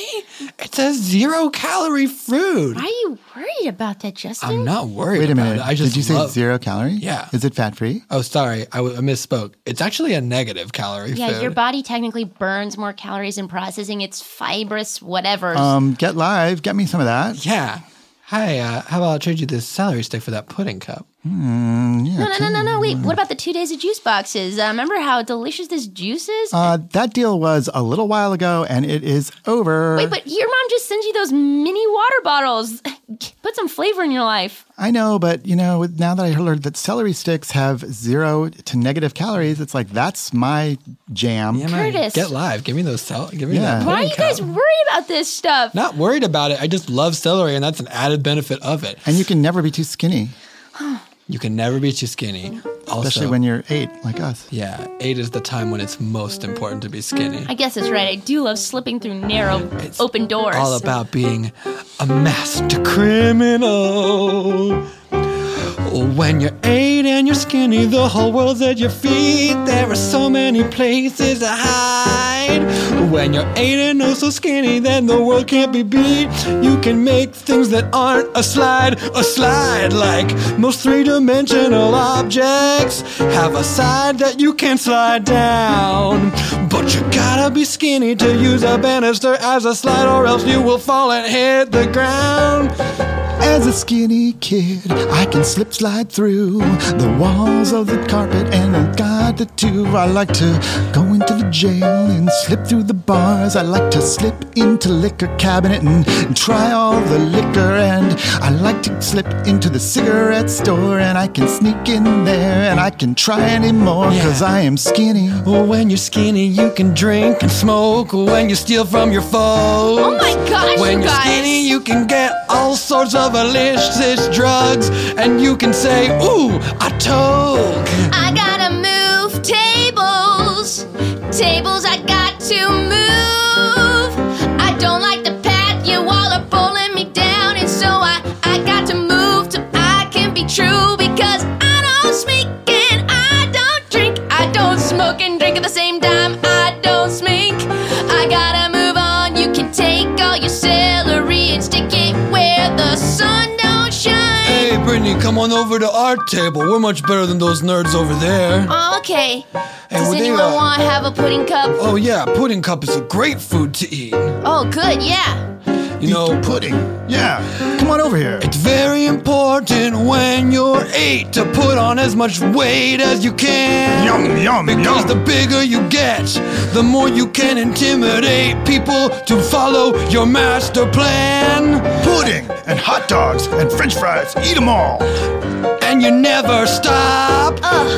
[SPEAKER 2] It's a zero calorie food.
[SPEAKER 1] Why are you worried about that,
[SPEAKER 2] I'm
[SPEAKER 1] Justin?
[SPEAKER 2] not worried.
[SPEAKER 5] Wait a
[SPEAKER 2] about
[SPEAKER 5] minute.
[SPEAKER 2] It. I just
[SPEAKER 5] Did you say
[SPEAKER 2] love-
[SPEAKER 5] zero calorie?
[SPEAKER 2] Yeah.
[SPEAKER 5] Is it fat free?
[SPEAKER 2] Oh, sorry. I, w- I misspoke. It's actually a negative calorie
[SPEAKER 1] yeah,
[SPEAKER 2] food.
[SPEAKER 1] your body technically burns more calories in processing its fibrous whatever.
[SPEAKER 5] Um, get live. Get me some of that.
[SPEAKER 2] yeah. Hi. Uh, how about I trade you this celery stick for that pudding cup?
[SPEAKER 1] no, no, no, no, no. Wait, what about the two days of juice boxes? Uh, remember how delicious this juice is?
[SPEAKER 2] Um,
[SPEAKER 5] Uh, that deal was a little while ago, and it is over.
[SPEAKER 1] Wait, but your mom just sends you those mini water bottles. Put some flavor in your life.
[SPEAKER 5] I know, but you know, with- now that I learned that celery sticks have zero to negative calories, it's like that's my jam.
[SPEAKER 2] Yeah, man,
[SPEAKER 1] Curtis.
[SPEAKER 2] Get live. Give me those celery. Give me
[SPEAKER 5] Yeah.
[SPEAKER 2] that.
[SPEAKER 1] Why are
[SPEAKER 2] pudding
[SPEAKER 1] you
[SPEAKER 2] cup.
[SPEAKER 1] guys worried about this stuff?
[SPEAKER 2] Not worried about it. I just love celery, and that's an added benefit of it.
[SPEAKER 5] And you can never be too skinny,
[SPEAKER 2] You can never be too skinny. Also,
[SPEAKER 5] especially when you're eight, like us.
[SPEAKER 2] yeah, eight is the time when it's most important to be skinny.
[SPEAKER 1] I guess that's right. I do love slipping through narrow, open doors.
[SPEAKER 2] All about being a master criminal. When you're eight and you're skinny, the whole world's at your feet. There are so many places to hide. When you're eight and oh so skinny, then the world can't be beat. You can make things that aren't a slide, a slide like most three dimensional objects have a side that you can slide down. But you gotta be skinny to use a banister as a slide, or else you will fall and hit the ground.
[SPEAKER 5] As a skinny kid, I can slip slide through the walls of the carpet and I've got the two. I like to go into the jail and slip through the bars. I like to slip into liquor cabinet and try all the liquor. And I like to slip into the cigarette store and I can sneak in there and I can try anymore because I am skinny.
[SPEAKER 2] Well, when you're skinny, you can drink and smoke. When you steal from your foes.
[SPEAKER 1] Oh my gosh,
[SPEAKER 2] When
[SPEAKER 1] you
[SPEAKER 2] you're
[SPEAKER 1] guys.
[SPEAKER 2] skinny, you can get all sorts of illicit drugs, and you can say, "Ooh, I toke."
[SPEAKER 1] I gotta move tables. Tables I got to move. I don't like the path you all are pulling me down, and so I I got to move to I can be true because I don't sneak and I don't drink, I don't smoke and drink at the same time. I don't smink. I gotta move on. You can take all your celery and stick it where the sun don't shine.
[SPEAKER 2] Hey, Brittany, come on over to our table. We're much better than those nerds over
[SPEAKER 1] Oh.
[SPEAKER 2] there.
[SPEAKER 1] Okay. Does
[SPEAKER 2] well, they,
[SPEAKER 1] anyone
[SPEAKER 2] uh,
[SPEAKER 1] want to have a pudding cup?
[SPEAKER 2] Oh yeah, pudding cup is a great food to eat.
[SPEAKER 1] Oh, good, yeah.
[SPEAKER 2] You know,
[SPEAKER 5] Pudding. Yeah. Come on over here.
[SPEAKER 2] It's very important when you're eight to put on as much weight as you can.
[SPEAKER 5] Yum, yum,
[SPEAKER 2] Because the bigger you get, the more you can intimidate people to follow your master plan.
[SPEAKER 5] pudding and hot dogs and french fries. Eat them all.
[SPEAKER 2] And you never stop.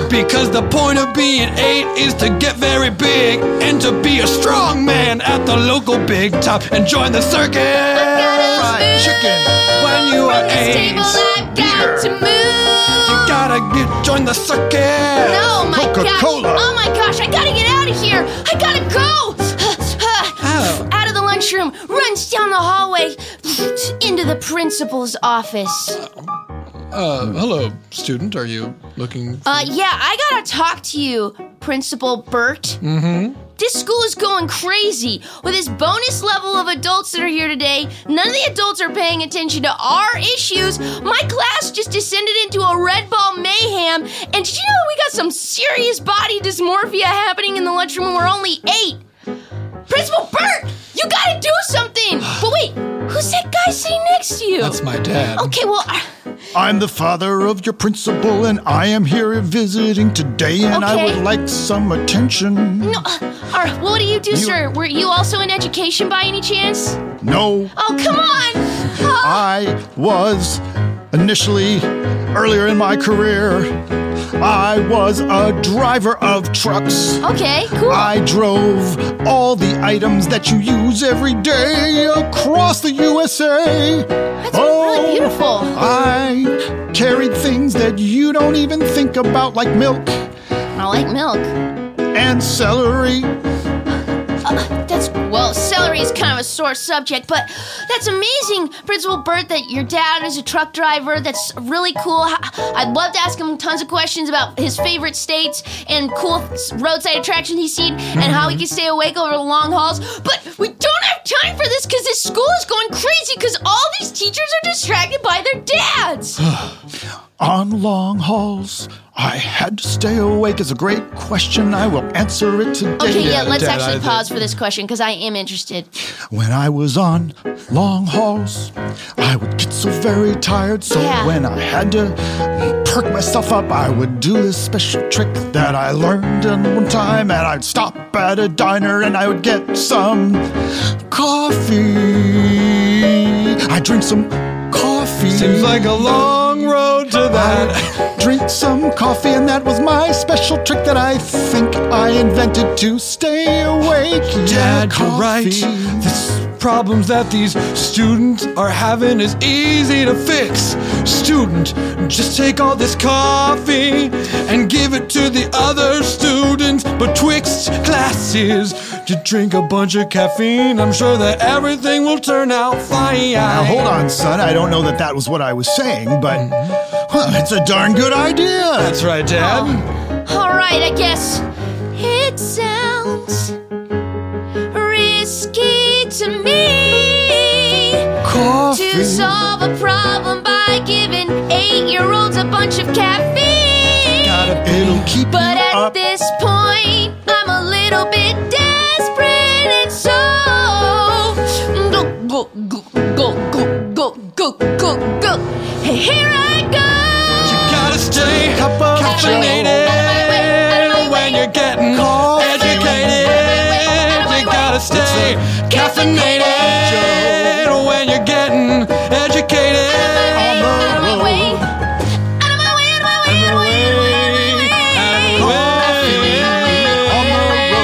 [SPEAKER 2] Because the point of being eight is to get very big and to be a strong man at the local big top and join the circus.
[SPEAKER 5] Fried chicken.
[SPEAKER 2] When you are
[SPEAKER 1] This
[SPEAKER 2] eight,
[SPEAKER 1] table I've got to
[SPEAKER 2] you
[SPEAKER 1] move.
[SPEAKER 2] gotta get, join the circus.
[SPEAKER 1] Oh my gosh.
[SPEAKER 5] Coca-Cola.
[SPEAKER 1] Oh my gosh, I gotta get out of here. I gotta
[SPEAKER 2] How?
[SPEAKER 1] go. Out of the lunchroom, runs down the hallway, into the principal's office.
[SPEAKER 2] Uh, hello, student. Are you looking?
[SPEAKER 1] Uh, yeah, I gotta talk to you, Principal Bert. Mm-hmm. This school is going crazy with this bonus level of adults that are here today. None of the adults are paying attention to our issues. My class just descended into a red ball mayhem. And did you know that we got some serious body dysmorphia happening in the lunchroom when we're only eight? Principal Bert, you gotta do something. But wait, who's that guy sitting next to you?
[SPEAKER 2] That's my dad.
[SPEAKER 1] okay, well. I-
[SPEAKER 5] I'm the father of your principal, and I am here visiting today, and I
[SPEAKER 1] Okay.
[SPEAKER 5] would like some attention.
[SPEAKER 1] No, uh, all right, what do you do, sir? Were you also in education by any chance?
[SPEAKER 5] No,
[SPEAKER 1] Oh, come on! Oh,
[SPEAKER 5] I was initially earlier in my career. I was a driver of trucks.
[SPEAKER 1] okay, cool.
[SPEAKER 5] I drove all the items that you use every day across the USA.
[SPEAKER 1] That's really beautiful.
[SPEAKER 5] Oh, I carried things that you don't even think about, like milk
[SPEAKER 1] I like milk.
[SPEAKER 5] and celery.
[SPEAKER 1] Uh, that's well, celery is kind of a sore subject, but that's amazing, Principal Bert, that your dad is a truck driver. That's really cool. H- I'd love to ask him tons of questions about his favorite states and cool s- roadside attractions he's seen and how he can stay awake over the long hauls. But we don't have time for this because this school is going crazy because all these teachers are distracted by their dads.
[SPEAKER 5] On long hauls, I had to stay awake is a great question. I will answer it today.
[SPEAKER 1] Okay, yeah, let's
[SPEAKER 2] dad, I
[SPEAKER 1] actually
[SPEAKER 2] think-
[SPEAKER 1] pause for this question because I am interested.
[SPEAKER 5] When I was on long hauls, I would get so very tired. So
[SPEAKER 1] Yeah.
[SPEAKER 5] when I had to perk myself up, I would do this special trick that I learned in one time. And I'd stop at a diner and I would get some coffee. I drink some coffee.
[SPEAKER 2] Seems like a long road to that.
[SPEAKER 5] I would drink some coffee, and that was my special trick that I think I invented to stay awake. Yeah,
[SPEAKER 2] Dad, you're right.
[SPEAKER 5] coffee.
[SPEAKER 2] The s- problems that these students are having is easy to fix. Student, just take all this coffee and give it to the other students betwixt classes. To drink a bunch of caffeine, I'm sure that everything will turn out fine.
[SPEAKER 5] Now, hold on, son. I don't know that that was what I was saying, but well, it's a darn good idea.
[SPEAKER 2] That's right, Dad.
[SPEAKER 1] All right, I guess it sounds risky to me
[SPEAKER 5] Oh,
[SPEAKER 1] to solve a problem by giving eight-year-olds a bunch of caffeine.
[SPEAKER 5] It'll keep
[SPEAKER 1] But
[SPEAKER 5] you
[SPEAKER 1] at
[SPEAKER 5] up.
[SPEAKER 1] this point, I'm a little bit desperate, and so go, go, go, go, go, go, go, go, go. Here I go.
[SPEAKER 2] You gotta stay
[SPEAKER 5] Cup of
[SPEAKER 2] caffeinated when you're getting
[SPEAKER 5] Coffee.
[SPEAKER 2] educated. You gotta stay caffeinated when you're getting educated.
[SPEAKER 5] on the road.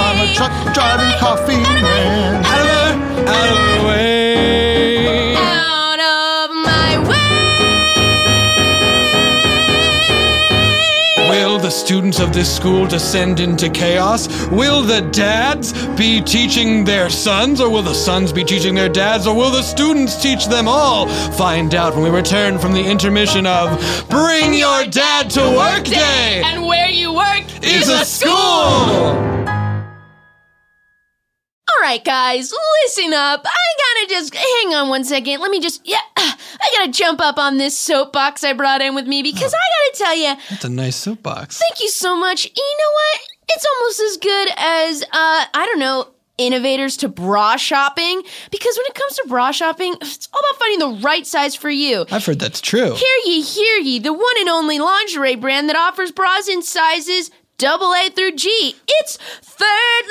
[SPEAKER 5] I'm a truck driving coffee man.
[SPEAKER 2] Out of the, out of the way.
[SPEAKER 1] Out of my way.
[SPEAKER 2] Will the students of this school descend into chaos? Will the dads be teaching their sons, or will the sons be teaching their dads, or will the students teach them all? Find out when we return from the intermission of Bring Your Dad to Work Day
[SPEAKER 7] And where you work
[SPEAKER 2] is a school!
[SPEAKER 1] All right, guys, listen up. I gotta just hang on one second. Let me just, yeah, I gotta jump up on this soapbox I brought in with me because I gotta tell you,
[SPEAKER 2] That's a nice soapbox.
[SPEAKER 1] thank you so much. You know what? It's almost as good as, uh, I don't know, innovators to bra shopping because when it comes to bra shopping, it's all about finding the right size for you.
[SPEAKER 2] I've heard that's true.
[SPEAKER 1] Hear ye, hear ye, the one and only lingerie brand that offers bras in sizes double A through G. It's Third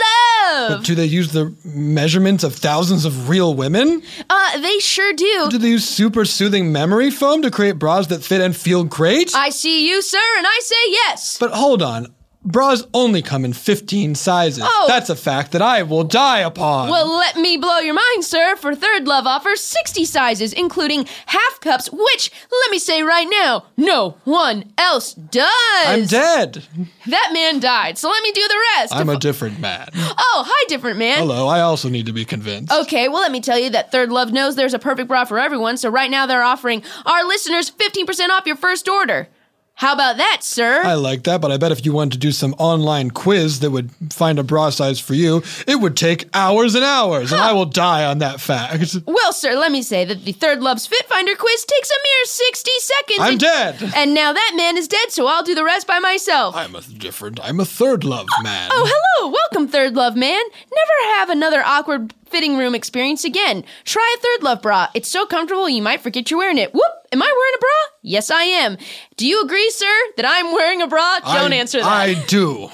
[SPEAKER 1] Love!
[SPEAKER 2] Do they use the measurements of thousands of real women?
[SPEAKER 1] Uh, they sure do.
[SPEAKER 2] Do they use super soothing memory foam to create bras that fit and feel great?
[SPEAKER 1] I see you, sir, and I say yes.
[SPEAKER 2] But hold on. Bras only come in 15 sizes.
[SPEAKER 1] Oh.
[SPEAKER 2] That's a fact that I will die upon.
[SPEAKER 1] Well, let me blow your mind, sir, for Third Love offers 60 sizes, including half cups, which, let me say right now, no one else does.
[SPEAKER 2] I'm dead.
[SPEAKER 1] That man died, so let me do the rest.
[SPEAKER 2] I'm a different man.
[SPEAKER 1] oh, hi, different man.
[SPEAKER 2] Hello, I also need to be convinced.
[SPEAKER 1] Okay, well, let me tell you that Third Love knows there's a perfect bra for everyone, so right now they're offering our listeners 15% off your first order. How about that, sir?
[SPEAKER 2] I like that, but I bet if you wanted to do some online quiz that would find a bra size for you, it would take hours and hours, and I will die on that fact.
[SPEAKER 1] well, sir, let me say that the Third Love's Fit Finder quiz takes a mere 60 seconds.
[SPEAKER 2] I'm
[SPEAKER 1] and-
[SPEAKER 2] dead.
[SPEAKER 1] And now that man is dead, so I'll do the rest by myself.
[SPEAKER 2] I'm a different. I'm a third love man.
[SPEAKER 1] Oh, hello! Welcome, Third Love Man. Never have another awkward fitting room experience again. Try a Third Love bra. It's so comfortable you might forget you're wearing it. Whoop! Am I wearing a bra? Yes, I am. Do you agree, sir, that I'm wearing a bra? Don't
[SPEAKER 2] I-
[SPEAKER 1] answer that.
[SPEAKER 2] I do.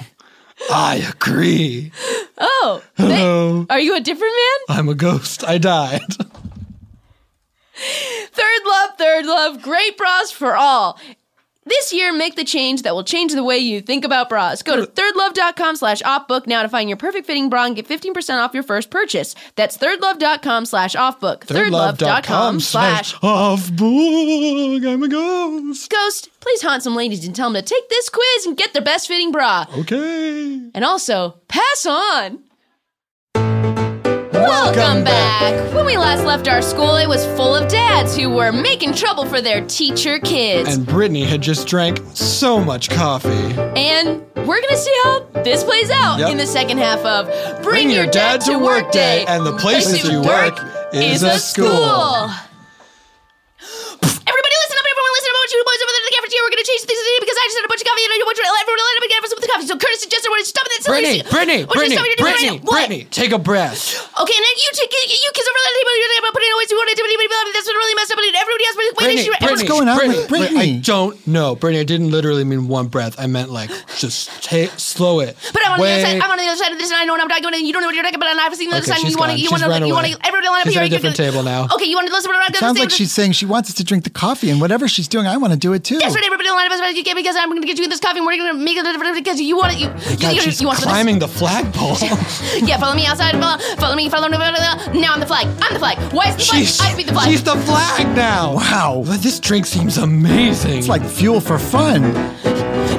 [SPEAKER 2] I agree.
[SPEAKER 1] oh, thank-
[SPEAKER 2] Hello.
[SPEAKER 1] are you a different man?
[SPEAKER 2] I'm a ghost. I died.
[SPEAKER 1] Third Love, Third Love, great bras for all. This year, make the change that will change the way you think about bras. Go to thirdlove.com slash offbook now to find your perfect fitting bra and get 15% off your first purchase. That's thirdlove.com slash offbook. Thirdlove.com slash
[SPEAKER 2] off book. I'm a ghost.
[SPEAKER 1] ghost. Please haunt some ladies and tell them to take this quiz and get their best fitting bra.
[SPEAKER 2] Okay.
[SPEAKER 1] And also, pass on. Welcome back! When we last left our school, it was full of dads who were making trouble for their teacher kids.
[SPEAKER 2] And Brittany had just drank so much coffee.
[SPEAKER 1] And we're gonna see how this plays out
[SPEAKER 2] Yep.
[SPEAKER 1] in the second half of Bring, Your Dad, to Work Day.
[SPEAKER 2] and the places you work is a school.
[SPEAKER 1] Everybody listen up, everyone listen up. I want you boys over there in the cafeteria. We're gonna change things today because I just had a bunch of coffee and I want you to everyone let me get some of the coffee. So Curtis suggested we're stopping that.
[SPEAKER 2] Brittany, Brittany,
[SPEAKER 1] What you
[SPEAKER 2] Brittany,
[SPEAKER 1] stop-
[SPEAKER 2] Brittany,
[SPEAKER 1] What?
[SPEAKER 2] Brittany, take a breath.
[SPEAKER 1] Okay, and then you take you kids over there. Anybody about putting away? So you want to do anybody? That's what really messed up. Everybody else, but wait,
[SPEAKER 2] Brittany,
[SPEAKER 1] you-
[SPEAKER 2] Brittany,
[SPEAKER 5] going on with
[SPEAKER 2] Brittany, Brit- I
[SPEAKER 5] Brittany?
[SPEAKER 2] don't know. Brittany, I didn't literally mean one breath. I meant like just ta slow it.
[SPEAKER 1] But I'm on
[SPEAKER 2] Wait.
[SPEAKER 1] the other side. I'm on the other side of this, and I know what I'm talking about. You don't know what you're talking about. And I've seen the
[SPEAKER 2] Okay,
[SPEAKER 1] other side. And
[SPEAKER 2] she's
[SPEAKER 1] you want to,
[SPEAKER 2] gone.
[SPEAKER 1] you
[SPEAKER 2] She's
[SPEAKER 1] want to,
[SPEAKER 2] run
[SPEAKER 1] you want to,
[SPEAKER 2] away.
[SPEAKER 1] everyone line up
[SPEAKER 2] She's
[SPEAKER 1] here.
[SPEAKER 2] at a
[SPEAKER 1] you
[SPEAKER 2] different
[SPEAKER 1] can-
[SPEAKER 2] table now.
[SPEAKER 1] Okay, you want to listen to what I'm going to
[SPEAKER 5] Sounds like she's saying she wants us to drink the coffee, and whatever she's doing, I want to do it too.
[SPEAKER 1] That's right, everybody line up as you can because I'm going to get you this coffee, and we're going to make it different because you want it. You, you,
[SPEAKER 2] God,
[SPEAKER 1] you,
[SPEAKER 2] she's
[SPEAKER 1] you want some of this.
[SPEAKER 2] climbing the flagpole.
[SPEAKER 1] Yeah, follow me outside. Follow, follow me. Follow me. Follow me. Now I'm the flag. I'm the flag. Why is the flag?
[SPEAKER 2] she's,
[SPEAKER 1] I beat the flag.
[SPEAKER 2] she's the flag now.
[SPEAKER 5] Wow.
[SPEAKER 2] But This drink seems amazing.
[SPEAKER 5] It's like fuel for fun.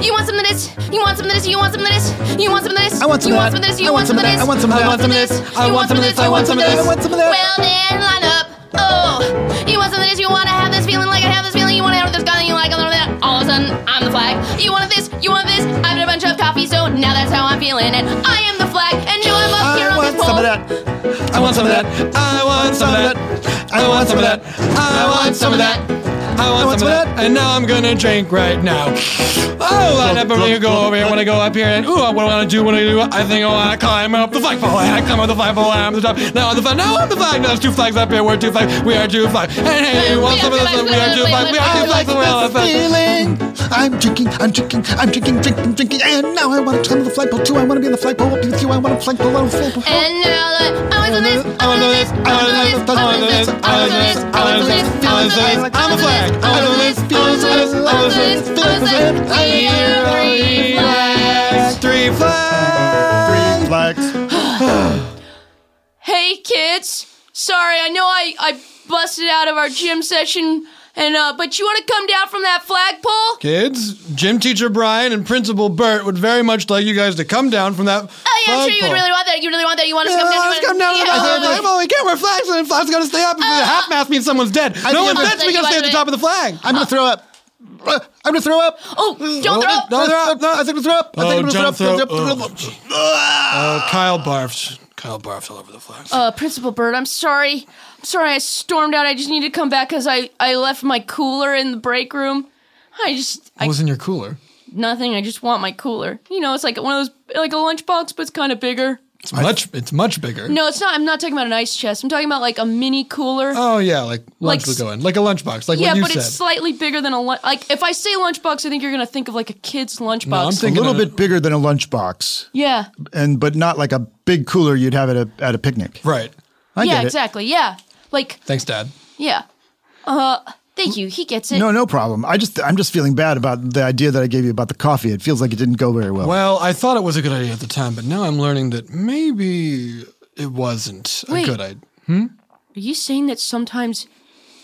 [SPEAKER 1] You want some of this? You want some of this? You want some of this? You want some of this?
[SPEAKER 5] I want some
[SPEAKER 1] you
[SPEAKER 5] of
[SPEAKER 1] want
[SPEAKER 5] that.
[SPEAKER 1] some of this? You
[SPEAKER 5] I
[SPEAKER 1] want some of this?
[SPEAKER 5] I want some
[SPEAKER 2] I
[SPEAKER 5] of that.
[SPEAKER 2] want some of this. I
[SPEAKER 1] You
[SPEAKER 2] want some of this. I want some of this.
[SPEAKER 5] I want some of that.
[SPEAKER 1] Well then, line up. Oh, you want some of this? You want to have this feeling like I have this feeling. You want to have this gun. You like a little bit. All of a sudden, I'm the flag. You wanted this? You want this? I've had a bunch of coffee, so now that's how I'm feeling, and I am the flag. And now I'm up
[SPEAKER 5] I
[SPEAKER 1] here on this
[SPEAKER 5] want
[SPEAKER 1] pole.
[SPEAKER 5] some of that.
[SPEAKER 2] I want some of that. I want some of that. I want some of that. I want some of that. I want some of that. And now I'm gonna drink right now. Oh, I never really go over here. I wanna go up here and ooh, what do I wanna do? What do I do? I think oh, I wanna climb up the flagpole. And I climb up the flagpole. And I'm the top. Now I'm the flag. Now I'm the flag. Now there's two flags up here. We're two flags. We are two flags. And hey, you want some of this? We are two flags. We are
[SPEAKER 5] I
[SPEAKER 2] two
[SPEAKER 5] like
[SPEAKER 2] flags. We are two
[SPEAKER 5] that
[SPEAKER 2] flags.
[SPEAKER 5] feeling. I'm drinking, I'm drinking, I'm drinking, drinking, drinking, and now I want to climb the flagpole too. I want to be in the flagpole up with you. I want to flagpole, I want to flagpole.
[SPEAKER 1] And now that I was on this, I was on this, I was on this, I was on this, I was on this, I was on this, I was on this, I was on this, I was on this, I was on this, I was on this, I was on this, we are three
[SPEAKER 2] Three
[SPEAKER 1] flags.
[SPEAKER 2] flags.
[SPEAKER 5] Flags.
[SPEAKER 1] Hey kids, sorry, I know I, I busted out of our gym session, and uh, but you want to come down from that flagpole?
[SPEAKER 2] Kids, gym teacher Brian and principal Bert would very much like you guys to come down from that.
[SPEAKER 1] Oh yeah, I'm sure you would
[SPEAKER 2] flagpole.
[SPEAKER 1] really want that. You really want that. You want us to come down.
[SPEAKER 2] Yeah, Uh, let's come down to the flag. Well, we can't wear flags, and flags got to stay up. If the
[SPEAKER 1] Uh,
[SPEAKER 2] half mast means someone's dead. No
[SPEAKER 5] think
[SPEAKER 2] one's
[SPEAKER 5] I'm-
[SPEAKER 2] dead, so we got to stay at the top of the flag.
[SPEAKER 5] I'm gonna throw up. Uh, I'm gonna throw up.
[SPEAKER 1] Oh, don't throw up.
[SPEAKER 2] No, they're up. No,
[SPEAKER 5] I think I'm gonna throw up. I think
[SPEAKER 2] Oh,
[SPEAKER 5] I'm gonna Oh, throw up.
[SPEAKER 2] Uh, Kyle barfed. Kyle barfed all over the flag.
[SPEAKER 1] Uh, Principal Bird, I'm sorry. I'm sorry I stormed out. I just need to come back because I, I left my cooler in the break room. I just, I,
[SPEAKER 2] what was in your cooler?
[SPEAKER 1] nothing. I just want my cooler. You know, it's like one of those, like a lunchbox, but it's kind of bigger.
[SPEAKER 2] It's much. It's much bigger.
[SPEAKER 1] No, it's not. I'm not talking about an ice chest. I'm talking about like a mini cooler.
[SPEAKER 2] Oh yeah, like lunch
[SPEAKER 1] Like
[SPEAKER 2] would
[SPEAKER 1] s-
[SPEAKER 2] go in, like a lunchbox, like
[SPEAKER 1] yeah,
[SPEAKER 2] what you
[SPEAKER 1] but
[SPEAKER 2] said.
[SPEAKER 1] it's slightly bigger than a lunch. Like if I say lunchbox, I think you're gonna think of like a kid's lunchbox.
[SPEAKER 2] I'm
[SPEAKER 5] A
[SPEAKER 2] thinking
[SPEAKER 5] little
[SPEAKER 2] of-
[SPEAKER 5] bit bigger than a lunchbox,
[SPEAKER 1] yeah,
[SPEAKER 5] and but not like a big cooler you'd have at a at a picnic.
[SPEAKER 2] right.
[SPEAKER 5] I
[SPEAKER 1] yeah,
[SPEAKER 5] get it.
[SPEAKER 1] exactly. Yeah, like
[SPEAKER 2] Thanks, Dad.
[SPEAKER 1] yeah. Uh, thank you. He gets it.
[SPEAKER 5] No, no problem. I just I'm just feeling bad about the idea that I gave you about the coffee. It feels like it didn't go very well.
[SPEAKER 2] Well, I thought it was a good idea at the time, but now I'm learning that maybe it wasn't
[SPEAKER 1] Wait.
[SPEAKER 2] a good idea.
[SPEAKER 1] Are you saying that sometimes